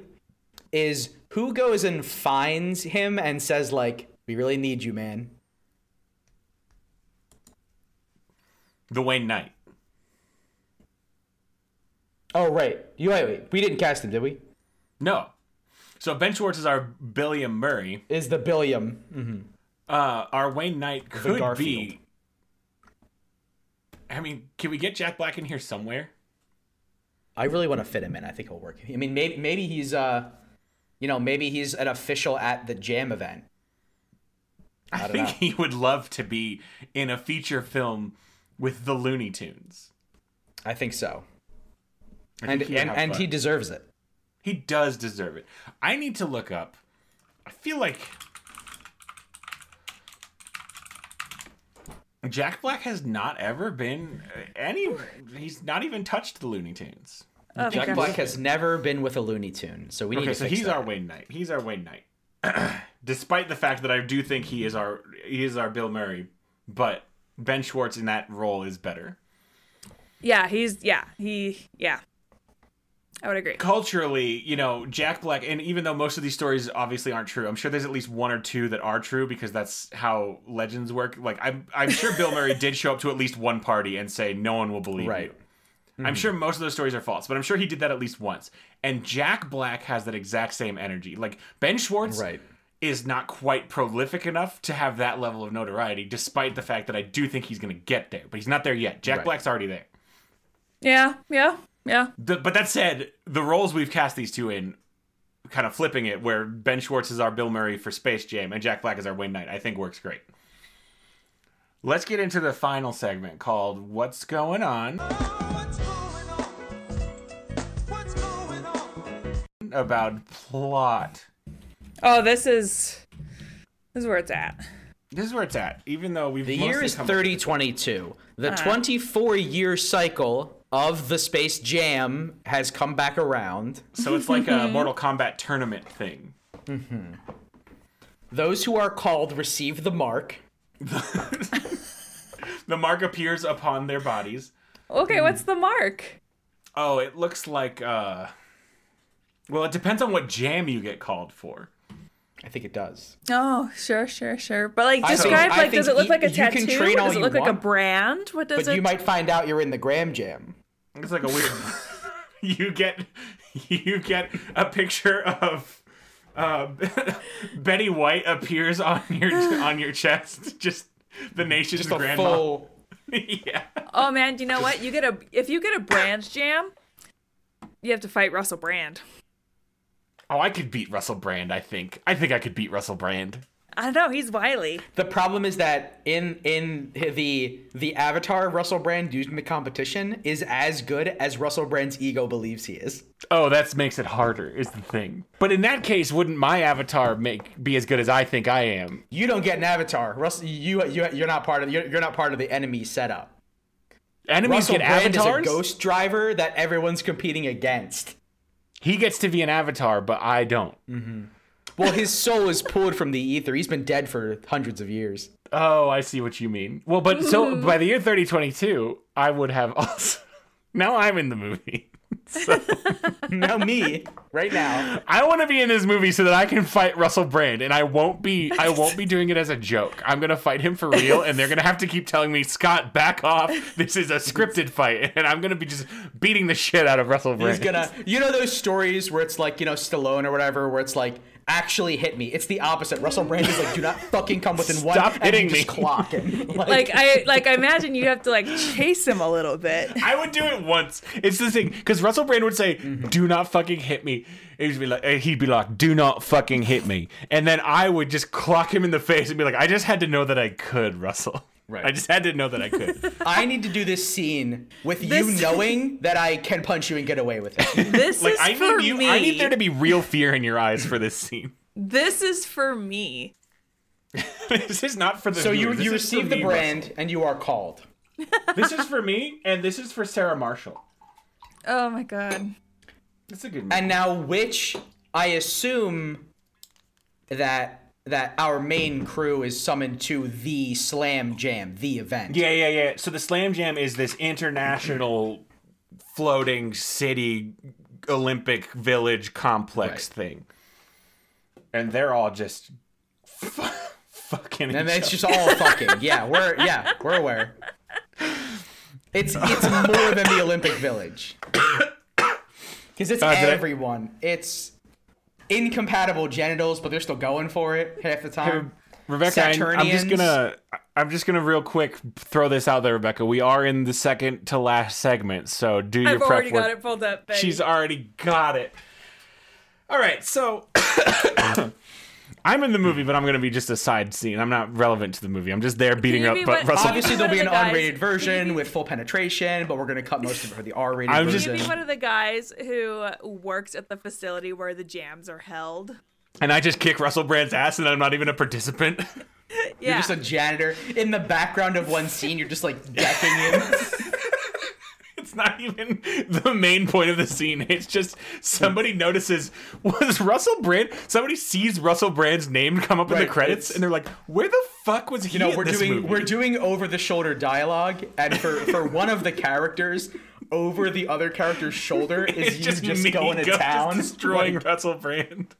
Speaker 2: is who goes and finds him and says like, "We really need you, man."
Speaker 1: the Wayne Knight.
Speaker 2: Oh right, you wait, wait. We didn't cast him, did we?
Speaker 1: No. So Ben Schwartz is our Billiam Murray.
Speaker 2: Is the Billiam?
Speaker 1: Uh, our Wayne Knight could
Speaker 2: Garfield.
Speaker 1: be. I mean, can we get Jack Black in here somewhere?
Speaker 2: I really want to fit him in. I think he'll work. I mean, maybe maybe he's uh, you know, maybe he's an official at the jam event.
Speaker 1: I, think he would love to be in a feature film with the Looney Tunes.
Speaker 2: I think so.
Speaker 1: I think
Speaker 2: And
Speaker 1: he would
Speaker 2: and,
Speaker 1: have
Speaker 2: and
Speaker 1: fun.
Speaker 2: he deserves it.
Speaker 1: He does deserve it. I need to look up. I feel like Jack Black has not ever been any. He's not even touched the Looney Tunes.
Speaker 3: Oh,
Speaker 2: Jack
Speaker 3: gosh.
Speaker 2: Black has never been with a Looney Tune, so we need
Speaker 1: Okay,
Speaker 2: to
Speaker 1: so
Speaker 2: fix
Speaker 1: he's
Speaker 2: that.
Speaker 1: our Wayne Knight. He's our Wayne Knight. [clears throat] Despite the fact that I do think he is our he is our Bill Murray, but Ben Schwartz in that role is better.
Speaker 3: Yeah, he's yeah, he yeah. I would agree.
Speaker 1: culturally, you know, Jack Black, and even though most of these stories obviously aren't true, I'm sure there's at least one or two that are true because that's how legends work. Like, I'm, I'm sure Bill Murray did show up to at least one party and say, no one will believe
Speaker 2: Right.
Speaker 1: you. I'm sure most of those stories are false, but I'm sure he did that at least once. And Jack Black has that exact same energy. Like, Ben Schwartz
Speaker 2: Right.
Speaker 1: is not quite prolific enough to have that level of notoriety, despite the fact that I do think he's going to get there, but he's not there yet. Jack
Speaker 2: Right.
Speaker 1: Black's already there.
Speaker 3: Yeah, yeah, yeah.
Speaker 1: The, but that said, the roles we've cast these two in, kind of flipping it, where Ben Schwartz is our Bill Murray for Space Jam and Jack Black is our Wayne Knight, I think works great. Let's get into the final segment called What's Going On? About plot.
Speaker 3: Oh, this is this is where it's at.
Speaker 1: This is where it's at, even though we've
Speaker 2: The
Speaker 1: mostly
Speaker 2: year is
Speaker 1: come-
Speaker 2: 3022. The 24 year cycle of the Space Jam has come back around.
Speaker 1: [laughs] So it's like
Speaker 2: [laughs]
Speaker 1: a Mortal Kombat tournament thing.
Speaker 2: Those who are called receive the mark.
Speaker 1: The mark appears upon their bodies.
Speaker 3: Okay, what's the mark?
Speaker 1: Oh, it looks like uh well, it depends on what jam you get called for.
Speaker 2: I think it does.
Speaker 3: Oh, sure, sure, sure. But like,
Speaker 2: I think-
Speaker 3: describe
Speaker 2: I
Speaker 3: like, does
Speaker 2: think
Speaker 3: it look
Speaker 2: you-
Speaker 3: like a
Speaker 2: you can
Speaker 3: tattoo?
Speaker 2: train all
Speaker 3: Does it
Speaker 2: you
Speaker 3: look like a
Speaker 2: want.
Speaker 3: brand? What does
Speaker 2: But you
Speaker 3: it?
Speaker 2: might find out you're in the Gram Jam.
Speaker 1: It's like a [laughs] weird. you get you get a picture of uh, [laughs] Betty White appears on your on your chest. Just the nation's
Speaker 2: Just a
Speaker 1: grandma.
Speaker 2: full.
Speaker 1: [laughs] yeah.
Speaker 3: Oh man, you know what? You get a if you get a brand jam, you have to fight Russell Brand.
Speaker 1: Oh, I could beat Russell Brand. I think. I think I could beat Russell Brand.
Speaker 3: I know he's wily.
Speaker 2: The problem is that in in the the avatar of Russell Brand used in the competition is as good as Russell Brand's ego believes he is.
Speaker 1: Oh, that makes it harder. Is the thing. But in that case, wouldn't my avatar make be as good as I think I am?
Speaker 2: You don't get an avatar. Russell, you you you're not part of you're, you're not part of the enemy setup.
Speaker 1: Enemies
Speaker 2: Russell
Speaker 1: get
Speaker 2: Brand
Speaker 1: avatars.
Speaker 2: is a ghost driver that everyone's competing against.
Speaker 1: He gets to be an avatar, but I don't.
Speaker 2: Well, his soul is pulled from the ether. He's been dead for hundreds of years.
Speaker 1: Oh, I see what you mean. Well, but so by the year 3022, I would have also. [laughs] Now I'm in the movie. So
Speaker 2: Now me, right now.
Speaker 1: I want to be in this movie so that I can fight Russell Brand, and I won't be. I won't be doing it as a joke. I'm gonna fight him for real, and they're gonna have to keep telling me, Scott, back off. This is a scripted fight, [laughs] and I'm gonna be just beating the shit out of Russell Brand.
Speaker 2: He's gonna you know those stories where it's like, you know, Stallone or whatever, where it's like, actually hit me. It's the opposite. Russell Brand is like, do not fucking come within one
Speaker 1: Stop
Speaker 2: and
Speaker 1: hitting
Speaker 2: you just
Speaker 1: me.
Speaker 2: clock
Speaker 1: [laughs]
Speaker 2: him. Like,
Speaker 3: Like I like I imagine you have to like chase him a
Speaker 2: [laughs]
Speaker 3: little bit.
Speaker 1: I would do it once. It's the thing because Russell Brand would say, "Do not fucking hit me." He'd be like, uh, "He'd be like, do not fucking hit me," and then I would just clock him in the face and be like, "I just had to know that I could, Russell.
Speaker 2: Right.
Speaker 1: I just had to know that I could."
Speaker 2: I need to do this scene with
Speaker 3: This-
Speaker 2: you knowing that I can punch you and get away with
Speaker 1: [laughs]
Speaker 2: it.
Speaker 3: This
Speaker 1: like
Speaker 3: is
Speaker 1: I
Speaker 3: for
Speaker 1: need you.
Speaker 3: me.
Speaker 1: I need there to be real fear in your eyes for this scene. [laughs]
Speaker 3: This is for me.
Speaker 1: this is not for the.
Speaker 2: So you
Speaker 1: viewers. This
Speaker 2: you
Speaker 1: is for
Speaker 2: receive the
Speaker 1: me,
Speaker 2: brand and you are called.
Speaker 1: Russell. this is for me, and this is for Sarah Marshall.
Speaker 3: Oh my god.
Speaker 1: That's a good. Movie.
Speaker 2: And now, which I assume that that our main crew is summoned to the Slam Jam, the event.
Speaker 1: Yeah, yeah, yeah. So the Slam Jam is this international floating city Olympic village complex thing. And they're all just [laughs] fu- fucking
Speaker 2: and
Speaker 1: each
Speaker 2: it's
Speaker 1: other.
Speaker 2: just all fucking. Yeah, we're yeah, we're aware. It's it's more than the Olympic Village because it's
Speaker 1: Uh, did I-
Speaker 2: everyone. It's incompatible genitals, but they're still going for it half the time.
Speaker 1: Rebecca, I, I'm just
Speaker 2: Saturnians.
Speaker 1: gonna I'm just gonna real quick throw this out there, Rebecca. We are in the second to last segment, so do your
Speaker 3: I've
Speaker 1: prep
Speaker 3: already
Speaker 1: work.
Speaker 3: got it pulled up. babe.
Speaker 1: She's already got it. All right, so [coughs] I'm in the movie, but I'm going to be just a side scene. I'm not relevant to the movie. I'm just there beating
Speaker 3: you
Speaker 1: up
Speaker 3: be
Speaker 1: but
Speaker 3: what-
Speaker 1: Russell.
Speaker 2: Obviously,
Speaker 3: One
Speaker 2: there'll be
Speaker 3: of
Speaker 2: an
Speaker 3: the guys.
Speaker 2: unrated version with full penetration, but we're gonna cut most of it for the R-rated
Speaker 1: I'm just-
Speaker 3: You'd
Speaker 2: version.
Speaker 3: be one of the guys who works at the facility where the jams are held.
Speaker 1: [laughs] and I just kick Russell Brand's ass, and I'm not even a participant. [laughs]
Speaker 3: Yeah.
Speaker 2: You're just a janitor in the background of one scene. You're just like decking
Speaker 1: [laughs]
Speaker 2: him.
Speaker 1: it's not even the main point of the scene. It's just somebody notices was Russell Brand. Somebody sees Russell Brand's name come up in
Speaker 2: Right,
Speaker 1: the credits,
Speaker 2: it's-
Speaker 1: and they're like, "Where the fuck was he?"
Speaker 2: You know,
Speaker 1: in
Speaker 2: we're
Speaker 1: this
Speaker 2: doing
Speaker 1: movie?"
Speaker 2: we're doing over the shoulder dialogue, and for for one of the characters, over the other
Speaker 1: [laughs]
Speaker 2: character's shoulder [laughs] is
Speaker 1: it's
Speaker 2: you
Speaker 1: just
Speaker 2: just,
Speaker 1: me
Speaker 2: going to
Speaker 1: go- just
Speaker 2: town, [laughs]
Speaker 1: destroying
Speaker 2: Like,
Speaker 1: Russell Brand.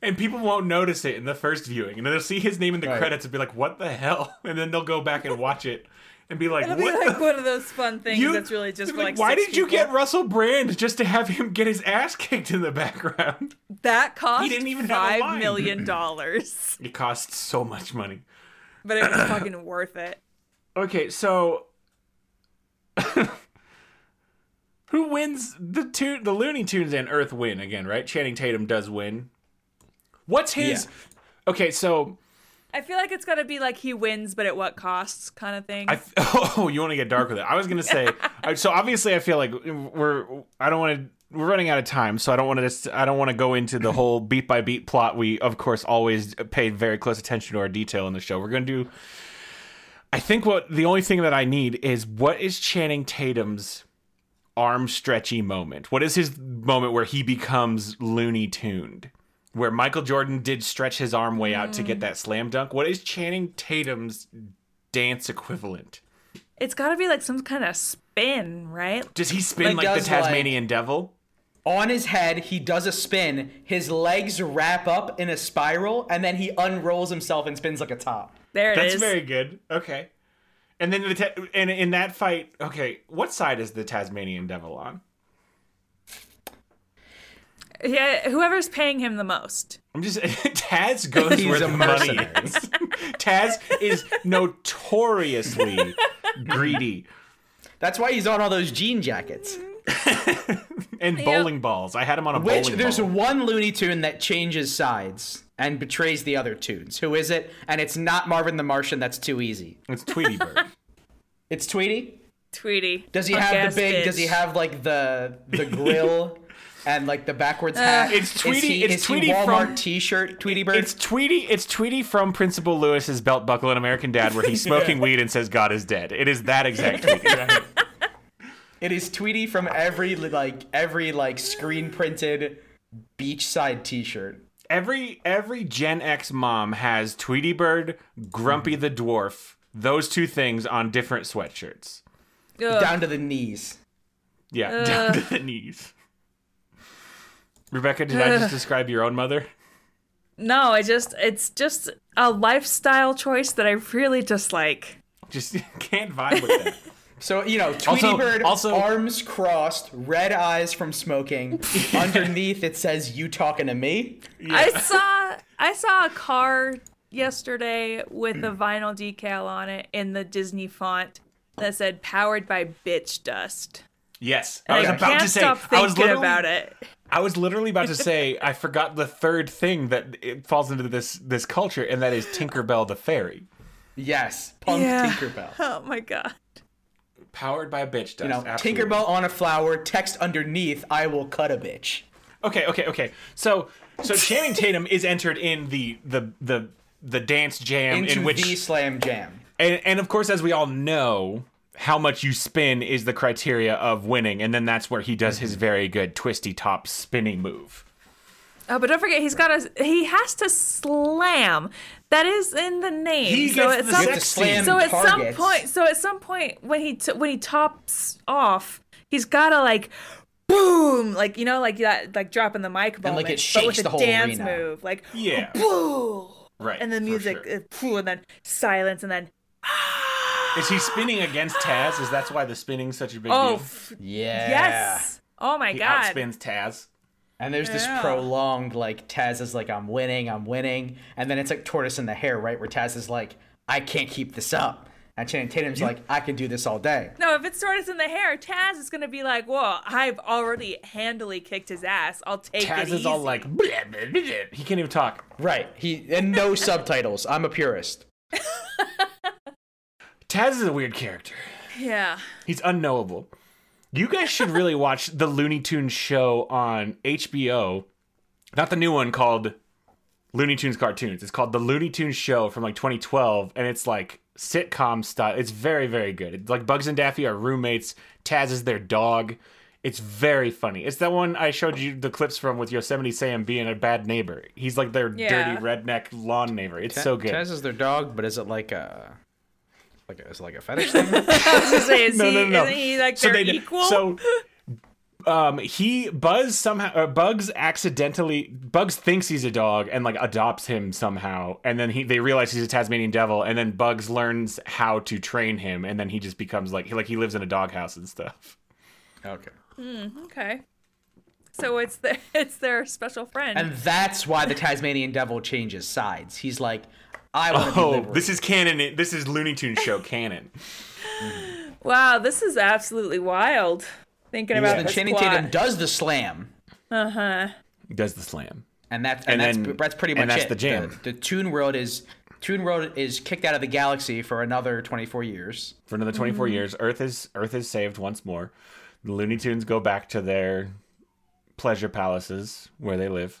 Speaker 1: And people won't notice it in the first viewing, and they'll see his name in the
Speaker 2: Right.
Speaker 1: credits and be like, "What the hell?" [laughs] And then they'll go back and watch it and be like,
Speaker 3: It'll
Speaker 1: "What?"
Speaker 3: be
Speaker 1: the
Speaker 3: like one of those fun things
Speaker 1: You-
Speaker 3: that's really just
Speaker 1: they're
Speaker 3: for like.
Speaker 1: why
Speaker 3: six
Speaker 1: did you
Speaker 3: people.
Speaker 1: get Russell Brand just to have him get his ass kicked in the background? [laughs]
Speaker 3: that cost
Speaker 1: didn't even have a
Speaker 3: five
Speaker 1: line. [laughs]
Speaker 3: million dollars,
Speaker 1: It costs so much money.
Speaker 3: but it was fucking worth it.
Speaker 1: Okay, so [laughs] who wins the two the Looney Tunes and Earth win again, right? Channing Tatum does win. What's his Okay, so
Speaker 3: I feel like it's gotta be like he wins, but at what costs, kind of thing.
Speaker 1: I f- [laughs] oh, you want to get dark with it. I was gonna say I- so. Obviously, I feel like we're I don't want to. We're running out of time, so I don't want to. I don't want to go into the whole beat by beat plot. We of course always paid very close attention to our detail in the show. We're gonna do. I think what the only thing that I need is what is Channing Tatum's arm stretchy moment? What is his moment where he becomes Looney tuned? Where Michael Jordan did stretch his arm way out to get that slam dunk. What is Channing Tatum's dance equivalent?
Speaker 3: it's gotta be like some kind of spin, right?
Speaker 1: Does he spin
Speaker 2: Like,
Speaker 1: like, the
Speaker 2: does, like-
Speaker 1: Tasmanian devil?
Speaker 2: on his head, he does a spin. His legs wrap up in a spiral, and then he unrolls himself and spins like a top.
Speaker 3: There it is.
Speaker 1: That's very good. Okay. And then the ta- and in that fight, okay, what side is the Tasmanian devil on?
Speaker 3: Yeah, whoever's paying him the most.
Speaker 1: I'm just [laughs]
Speaker 2: [laughs]
Speaker 1: Taz goes where
Speaker 2: He's
Speaker 1: the
Speaker 2: a
Speaker 1: money
Speaker 2: mercenary.
Speaker 1: is. [laughs] Taz is
Speaker 2: [laughs]
Speaker 1: notoriously greedy
Speaker 2: That's why he's on all those jean jackets.
Speaker 1: Mm-hmm. and bowling balls. I had him on a
Speaker 2: Which
Speaker 1: bowling
Speaker 2: there's
Speaker 1: ball.
Speaker 2: one Looney Tune that changes sides and betrays the other tunes. Who is it? And it's not Marvin the Martian. That's too easy.
Speaker 1: It's Tweety
Speaker 2: [laughs]
Speaker 1: Bird.
Speaker 2: It's Tweety.
Speaker 3: Tweety.
Speaker 2: Does he
Speaker 3: punk
Speaker 2: have
Speaker 3: ass
Speaker 2: the big? Does
Speaker 3: bitch.
Speaker 2: he have like the the
Speaker 3: [laughs]
Speaker 2: grill and like the
Speaker 3: Uh,
Speaker 2: backwards hat?
Speaker 1: It's Tweety-
Speaker 2: Is he,
Speaker 1: it's
Speaker 2: is
Speaker 1: Tweety
Speaker 2: he Walmart
Speaker 1: from-
Speaker 2: T-shirt. Tweety Bird.
Speaker 1: It's Tweety. It's Tweety from Principal Lewis's Belt Buckle in American Dad, where
Speaker 2: [laughs]
Speaker 1: he's smoking weed and says God is dead. It is that exact Tweety.
Speaker 2: It is Tweety from every like every like screen printed beachside T-shirt.
Speaker 1: every every Gen X mom has Tweety Bird, Grumpy
Speaker 3: Mm-hmm.
Speaker 1: the Dwarf, those two things on different sweatshirts.
Speaker 3: Ugh.
Speaker 2: Down to the knees.
Speaker 1: Yeah, [laughs] down to the knees. Rebecca, did I
Speaker 3: [sighs]
Speaker 1: just describe your own mother?
Speaker 3: No, I just it's just a lifestyle choice that I really dislike.
Speaker 1: Just [laughs] can't vibe with that.
Speaker 2: So you know, Tweety
Speaker 1: Also-
Speaker 2: Bird,
Speaker 1: also-
Speaker 2: arms crossed, red eyes
Speaker 1: [laughs]
Speaker 2: from smoking. Underneath it says, "You talking to me?"
Speaker 3: I saw I saw a car yesterday with a vinyl decal on it in the Disney font that said "powered by bitch dust."
Speaker 1: Yes, I was
Speaker 3: I
Speaker 1: about
Speaker 3: can't
Speaker 1: to say.
Speaker 3: stop
Speaker 1: I
Speaker 3: thinking
Speaker 1: was literally
Speaker 3: about it.
Speaker 1: I was literally
Speaker 3: [laughs]
Speaker 1: about to say I forgot the third thing that it falls into this this culture, and that is Tinkerbell the fairy,
Speaker 2: Yes, punk
Speaker 3: Yeah.
Speaker 2: Tinkerbell.
Speaker 3: Oh my god.
Speaker 1: powered by bitch dust.
Speaker 2: You know,
Speaker 1: absolutely.
Speaker 2: Tinkerbell on a flower. Text underneath, "I will cut a bitch."
Speaker 1: Okay, okay, okay. So, so Channing Tatum is entered in the the the the dance jam
Speaker 2: Into
Speaker 1: in which,
Speaker 2: the slam jam.
Speaker 1: and, and of course, as we all know, how much you spin is the criteria of winning, and then that's where he does his very good twisty top spinning move.
Speaker 3: Oh, but don't forget he's got a he has to slam. That is in the name.
Speaker 1: He
Speaker 3: so
Speaker 1: gets
Speaker 3: at
Speaker 1: the
Speaker 3: some,
Speaker 1: You have to slam
Speaker 3: so at some
Speaker 2: targets.
Speaker 3: point, so at some point when he t- when he tops off, he's got to like boom, like you know like that like dropping the mic moment,
Speaker 2: like, it
Speaker 3: but
Speaker 2: shakes
Speaker 3: with
Speaker 2: the
Speaker 3: a
Speaker 2: whole
Speaker 3: dance
Speaker 2: arena.
Speaker 3: move, like
Speaker 1: Yeah,
Speaker 3: boom.
Speaker 1: [laughs] right.
Speaker 3: And the
Speaker 1: for
Speaker 3: music,
Speaker 1: sure.
Speaker 3: uh, phew, and then silence, and then
Speaker 1: is he spinning against Taz? Is that's why the spinning's such a big
Speaker 3: oh
Speaker 1: deal?
Speaker 3: f-
Speaker 2: Yeah.
Speaker 3: yes, oh my
Speaker 1: He
Speaker 3: god,
Speaker 1: outspins Taz.
Speaker 2: And there's this
Speaker 3: Yeah.
Speaker 2: prolonged like Taz is like I'm winning, I'm winning, and then it's like tortoise in the hair, right? Where Taz is like I can't keep this up, And Channing Tatum's like, I can do this all day.
Speaker 3: No, if it's tortoise in the hair, Taz is gonna be like, "Whoa, I've already handily kicked his ass. I'll take it
Speaker 1: Taz is
Speaker 3: easy."
Speaker 1: all like, "Blah, blah, blah, blah." he can't even talk.
Speaker 2: Right. He and
Speaker 3: [laughs]
Speaker 2: no subtitles. I'm a purist.
Speaker 1: Taz is a weird character. [laughs]
Speaker 3: yeah,
Speaker 1: He's unknowable. You guys should really watch the Looney Tunes show on HBO. Not the new one called Looney Tunes Cartoons. It's called The Looney Tunes Show from like 2012, and it's like sitcom style. It's very, very good. It's like Bugs and Daffy are roommates, Taz is their dog. It's very funny. It's that one I showed you the clips from with Yosemite Sam being a bad neighbor. He's like their
Speaker 3: Yeah.
Speaker 1: dirty redneck lawn neighbor. It's so good.
Speaker 2: Taz is their dog, but is it like a like a, is it like a fetish [laughs] thing?
Speaker 3: I was gonna say, is
Speaker 1: no,
Speaker 3: he,
Speaker 1: no, no.
Speaker 3: Isn't he like
Speaker 1: so
Speaker 3: their
Speaker 1: they-
Speaker 3: equal?
Speaker 1: So, um, he Buzz somehow or Bugs accidentally Bugs thinks he's a dog and like adopts him somehow, and then he they realize he's a Tasmanian devil, and then Bugs learns how to train him, and then he just becomes like he like he lives in a doghouse and stuff.
Speaker 2: okay.
Speaker 3: okay, so it's the it's their [laughs] special friend.
Speaker 2: And that's why the Tasmanian devil changes sides. He's like, I want to be
Speaker 1: Oh,
Speaker 2: liberated.
Speaker 1: this is canon. This is Looney Tunes show canon.
Speaker 3: wow, this is absolutely wild. Thinking about
Speaker 2: And
Speaker 3: this
Speaker 2: Channing
Speaker 3: plot. Uh-huh.
Speaker 2: Tatum does the slam,
Speaker 1: Does the slam?
Speaker 2: and that's
Speaker 1: And
Speaker 2: and, that's
Speaker 1: then-
Speaker 2: that's pretty much
Speaker 1: and that's
Speaker 2: it.
Speaker 1: the jam.
Speaker 2: The, the Toon World is Toon World is kicked out of the galaxy for another 24 years.
Speaker 1: for another 24 years earth is earth is saved once more the looney tunes go back to their pleasure palaces where they live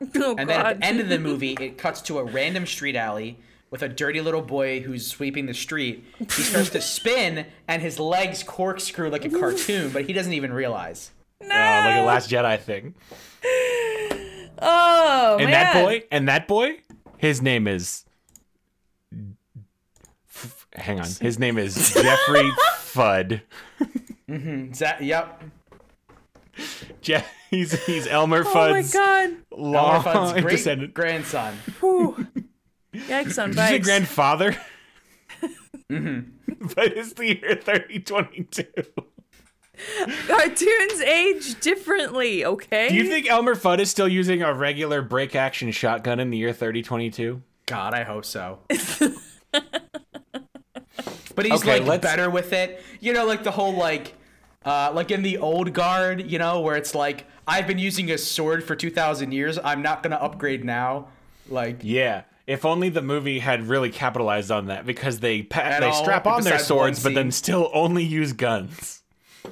Speaker 3: [laughs] Oh,
Speaker 2: And then
Speaker 3: God.
Speaker 2: at the end of the movie, it cuts to a random street alley with a dirty little boy who's sweeping the street. He starts to spin, and his legs corkscrew like a cartoon, but he doesn't even realize.
Speaker 3: no!
Speaker 1: uh, like a last jedi thing
Speaker 3: oh
Speaker 1: and
Speaker 3: man.
Speaker 1: that boy and that boy his name is f- hang on his name
Speaker 3: [laughs]
Speaker 1: is jeffrey fudd
Speaker 2: Is that- yep.
Speaker 1: Je- he's he's elmer
Speaker 3: Oh my
Speaker 1: fudd's
Speaker 3: god!
Speaker 1: long [laughs]
Speaker 2: Elmer Fudd's great
Speaker 1: descendant
Speaker 2: grandson.
Speaker 3: Whew. Yikes on
Speaker 1: He's a
Speaker 3: bikes.
Speaker 1: grandfather [laughs]
Speaker 3: Mm-hmm.
Speaker 1: but it's the year 3022
Speaker 3: Cartoons age differently, okay?
Speaker 1: Do you think Elmer Fudd is still using a regular break action shotgun in the year 3022?
Speaker 2: God, I hope
Speaker 3: [laughs]
Speaker 2: so. but he's
Speaker 1: Okay,
Speaker 2: like
Speaker 1: let's-
Speaker 2: better with it. You know, like the whole like uh like in the old guard, you know, where it's like I've been using a sword for 2000 years. I'm not going to upgrade now. Like
Speaker 1: Yeah. If only the movie had really capitalized on that because they pa-
Speaker 2: At
Speaker 1: they
Speaker 2: all,
Speaker 1: strap on their
Speaker 2: besides one
Speaker 1: swords but then
Speaker 2: scene.
Speaker 1: still only use guns. Uh,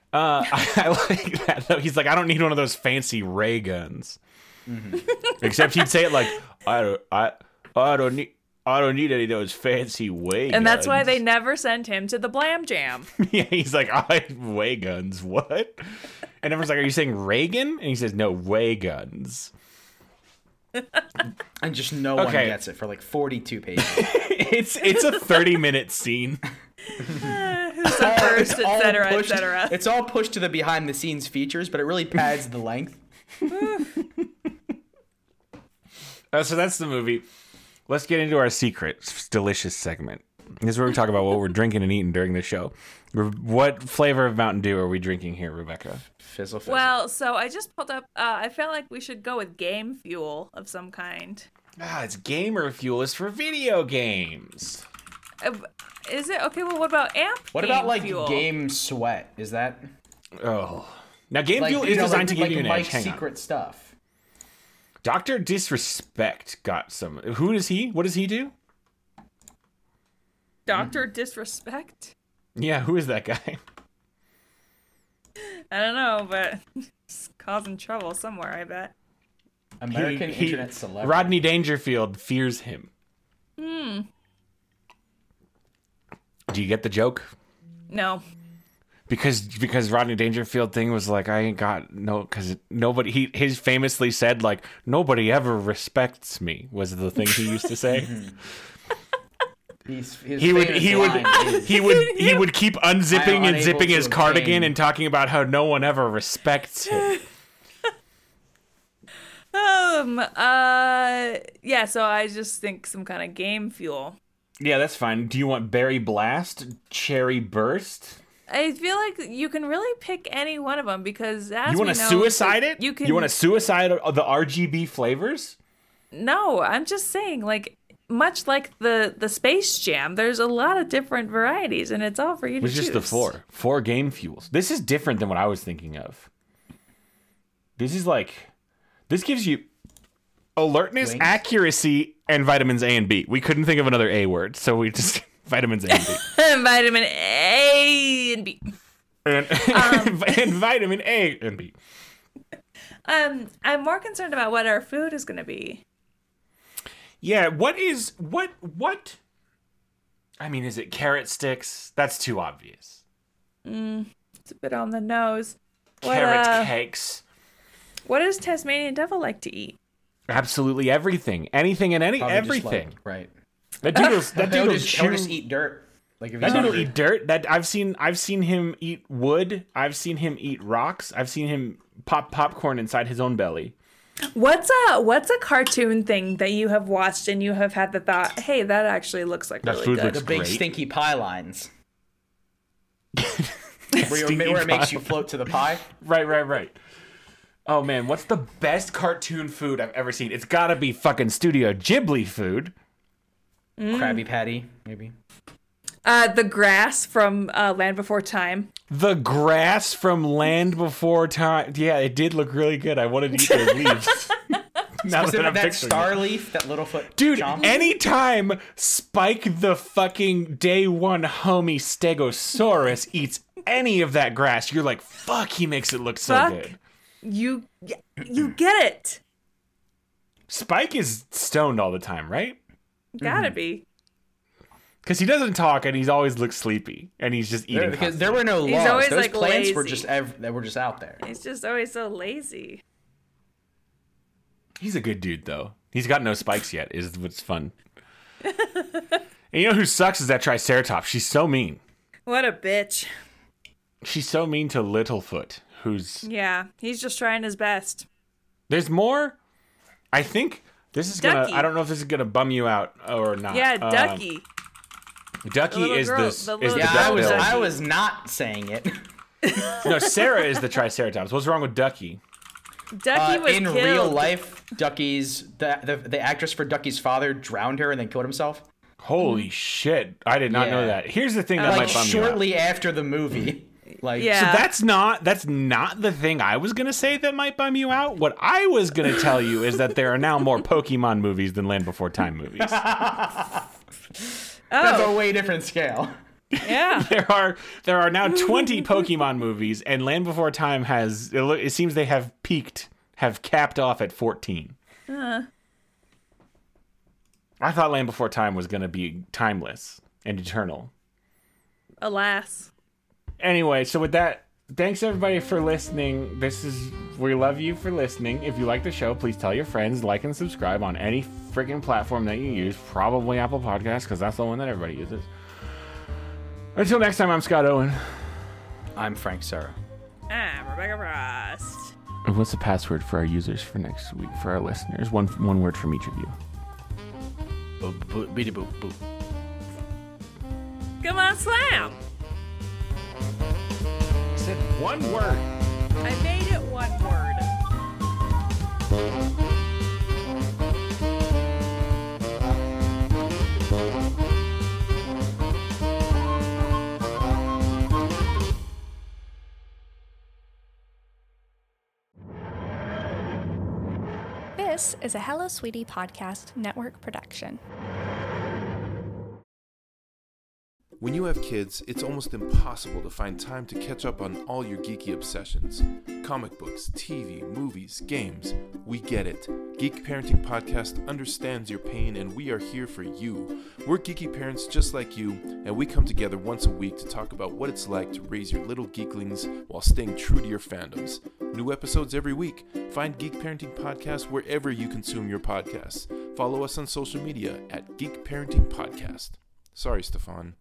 Speaker 1: [laughs] I, I like that though. He's like, I don't need one of those fancy ray guns.
Speaker 2: Mm-hmm.
Speaker 1: [laughs] Except he'd say it
Speaker 2: [laughs]
Speaker 1: like, I don't, I, I don't need, I don't need any of those fancy way.
Speaker 3: and that's why they never send him to the Blam Jam.
Speaker 1: [laughs] Yeah, he's like, I way guns. What? And everyone's like, Are you saying Reagan? And he says, No, way guns.
Speaker 2: and just no
Speaker 1: Okay.
Speaker 2: one gets it for like 42
Speaker 3: [laughs]
Speaker 2: pages.
Speaker 1: It's it's a thirty minute scene.
Speaker 3: First,
Speaker 2: All
Speaker 3: etc.,
Speaker 2: pushed-
Speaker 3: etc.
Speaker 2: It's all pushed to the behind the scenes features, but it really pads the length.
Speaker 1: Uh, so that's the movie. Let's get into our secret, s- delicious segment. This is where we talk about what we're drinking and eating during the show. Re- What flavor of Mountain Dew are we drinking here, Rebecca?
Speaker 2: Fizzle fizzle.
Speaker 3: Well, so I just pulled up. Uh, I felt like we should go with game fuel of some kind.
Speaker 1: Ah, it's gamer fuel. It's for video games.
Speaker 3: Uh, Is it okay? Well, what about amp?
Speaker 2: what
Speaker 3: game
Speaker 2: about like
Speaker 3: fuel?
Speaker 2: game sweat? Is that
Speaker 1: Oh. Now, game
Speaker 2: like
Speaker 1: fuel
Speaker 2: you
Speaker 1: is
Speaker 2: know,
Speaker 1: designed
Speaker 2: like,
Speaker 1: to give
Speaker 2: like
Speaker 1: you an edge.
Speaker 2: Mike's
Speaker 1: Hang on.
Speaker 2: secret stuff?
Speaker 1: Doctor Disrespect got some. Who is he? What does he do?
Speaker 3: Doctor disrespect?
Speaker 1: Yeah, who is that guy? [laughs]
Speaker 3: I don't know, but [laughs] it's causing trouble somewhere. I bet.
Speaker 2: American
Speaker 1: He- he-
Speaker 2: internet celebrity.
Speaker 1: Rodney Dangerfield fears him. Hmm. Do you get the joke?
Speaker 3: No.
Speaker 1: Because because Rodney Dangerfield thing was like I ain't got no because nobody he his famously said like nobody ever respects me was the thing he used to [laughs] say.
Speaker 2: He's, his
Speaker 1: he would
Speaker 2: famous
Speaker 1: he would
Speaker 3: [laughs]
Speaker 2: line is,
Speaker 1: he would he would keep unzipping and
Speaker 2: unable
Speaker 1: zipping
Speaker 2: to
Speaker 1: his cardigan
Speaker 2: obtain-
Speaker 1: and talking about how no one ever respects him.
Speaker 3: Um. Uh. Yeah. So I just think some kind of game fuel.
Speaker 1: [laughs] Yeah, that's fine. Do you want Berry Blast, Cherry Burst?
Speaker 3: I feel like you can really pick any one of them because as
Speaker 1: You want to
Speaker 3: we know,
Speaker 1: suicide it?
Speaker 3: You can.
Speaker 1: You want to suicide the RGB flavors?
Speaker 3: No, I'm just saying, like, much like the the Space Jam, there's a lot of different varieties, and it's all for you to
Speaker 1: It was just the
Speaker 3: choose.
Speaker 1: four. Four game fuels. This is different than what I was thinking of. This is like this gives you alertness,
Speaker 2: Wings?
Speaker 1: accuracy, and vitamins A and B. We couldn't think of another A word, so we just [laughs] vitamins A and B.
Speaker 3: [laughs] vitamin A and B.
Speaker 1: and,
Speaker 2: Um.
Speaker 1: [laughs] and vitamin A and B.
Speaker 3: Um, I'm more concerned about what our food is going to be.
Speaker 1: Yeah, what is what what I mean, is it carrot sticks? That's too obvious.
Speaker 3: It's a bit on the nose. What,
Speaker 1: carrot
Speaker 3: uh,
Speaker 1: cakes.
Speaker 3: What does Tasmanian devil like to eat?
Speaker 1: Absolutely everything. Anything and any
Speaker 2: Probably just like-
Speaker 1: everything.
Speaker 2: right.
Speaker 1: That dude will
Speaker 2: [laughs]
Speaker 1: that
Speaker 2: They'll
Speaker 1: dude will
Speaker 2: just, they'll
Speaker 1: chew
Speaker 2: just eat dirt. Like if
Speaker 1: That
Speaker 2: he's
Speaker 1: dude will
Speaker 2: hungry.
Speaker 1: eat dirt. That I've seen. I've seen him eat wood. I've seen him eat rocks. I've seen him pop popcorn inside his own belly.
Speaker 3: What's a what's a cartoon thing that you have watched and you have had the thought, hey, that actually looks like
Speaker 1: That
Speaker 3: really
Speaker 1: food
Speaker 3: good.
Speaker 1: looks-
Speaker 2: the big
Speaker 1: Great.
Speaker 2: stinky pie lines. where, you,
Speaker 1: Stinky
Speaker 2: where it makes
Speaker 1: pie.
Speaker 2: you float to the pie.
Speaker 1: [laughs] Right, right, right. Oh man, what's the best cartoon food I've ever seen? It's gotta be fucking Studio Ghibli food.
Speaker 3: Mm.
Speaker 2: Krabby Patty, maybe.
Speaker 3: uh, the grass from uh, Land Before Time.
Speaker 1: The grass from Land Before Time. Yeah, it did look really good. I wanted to eat the
Speaker 2: [laughs]
Speaker 1: leaves. [laughs] now
Speaker 2: Is it
Speaker 1: that I'm
Speaker 2: that
Speaker 1: picturing it.
Speaker 2: star leaf, that Littlefoot
Speaker 1: Dude,
Speaker 2: chomp?
Speaker 1: anytime Spike the fucking day one homie Stegosaurus eats any of that grass, you're like, fuck, he makes it look so
Speaker 3: Fuck.
Speaker 1: good.
Speaker 3: You
Speaker 2: [clears throat]
Speaker 3: you get it.
Speaker 1: Spike is stoned all the time, right?
Speaker 3: Gotta
Speaker 2: Mm-hmm.
Speaker 3: be.
Speaker 1: Because he doesn't talk and he's always looks sleepy and he's just eating.
Speaker 2: There- because there were no laws.
Speaker 3: He's always,
Speaker 2: Those
Speaker 3: like,
Speaker 2: plants were
Speaker 3: lazy.
Speaker 2: just ev- that were just out there.
Speaker 3: He's just always so lazy.
Speaker 1: constantly. he's a good dude, though. He's got no spikes yet, is what's fun. and you know who sucks is that Triceratops. She's so mean.
Speaker 3: What a bitch.
Speaker 1: She's so mean to Littlefoot, who's.
Speaker 3: Yeah, he's just trying his best.
Speaker 1: There's more. I think this is
Speaker 3: Ducky.
Speaker 1: gonna. I don't know if this is gonna bum you out or not.
Speaker 3: Yeah,
Speaker 2: Uh,
Speaker 1: Um,
Speaker 3: Ducky. The
Speaker 1: Ducky
Speaker 3: little
Speaker 1: is
Speaker 3: girl-
Speaker 1: this
Speaker 3: the
Speaker 1: is the
Speaker 3: little
Speaker 2: Yeah,
Speaker 3: girl.
Speaker 2: I
Speaker 1: duck
Speaker 2: was
Speaker 1: bill.
Speaker 2: I was not saying it.
Speaker 1: No,
Speaker 2: [laughs]
Speaker 1: Sarah is the Triceratops. What's wrong with Ducky?
Speaker 3: Ducky
Speaker 2: Uh,
Speaker 3: was
Speaker 2: in
Speaker 3: killed.
Speaker 2: real life, Ducky's the, the the actress for Ducky's father drowned her and then killed himself.
Speaker 1: Holy
Speaker 3: Mm.
Speaker 1: shit! I did not know
Speaker 2: Yeah.
Speaker 1: that. Here's the thing that
Speaker 2: Like
Speaker 1: might bum you out.
Speaker 2: shortly after the
Speaker 3: [laughs]
Speaker 2: movie. Like
Speaker 3: Yeah.
Speaker 1: So that's not that's not the thing I was gonna say that might bum you out. What I was gonna tell you is that there are now more Pokemon movies than Land Before Time movies.
Speaker 2: that's
Speaker 3: Oh,
Speaker 2: a way different scale. [laughs]
Speaker 3: yeah.
Speaker 1: there are there are now 20 Pokemon movies, and Land Before Time has it, lo- it seems they have peaked, have capped off at 14. I thought Land Before Time was going to be timeless and eternal.
Speaker 3: Alas.
Speaker 1: Anyway, so with that, thanks everybody for listening. This is we love you for listening. If you like the show, please tell your friends, like and subscribe on any freaking platform that you use, probably Apple Podcasts cuz that's the one that everybody uses. Until next time, I'm Scott Owen.
Speaker 2: I'm Frank Sarah.
Speaker 3: I'm Ah, Rebecca Frost.
Speaker 1: And what's the password for our users for next week for our listeners? One one word from each of you.
Speaker 2: Boop, boop, beady boop, boop.
Speaker 3: Come on, slam!
Speaker 1: Said one word.
Speaker 3: I made it one word.
Speaker 5: This is a Hello Sweetie Podcast Network production.
Speaker 6: When you have kids, it's almost impossible to find time to catch up on all your geeky obsessions comic books, TV, movies, games. We get it. Geek Parenting Podcast understands your pain, and we are here for you. We're geeky parents just like you, and we come together once a week to talk about what it's like to raise your little geeklings while staying true to your fandoms. New episodes every week. Find Geek Parenting Podcast wherever you consume your podcasts. Follow us on social media at Geek Parenting Podcast. Sorry, Stefan.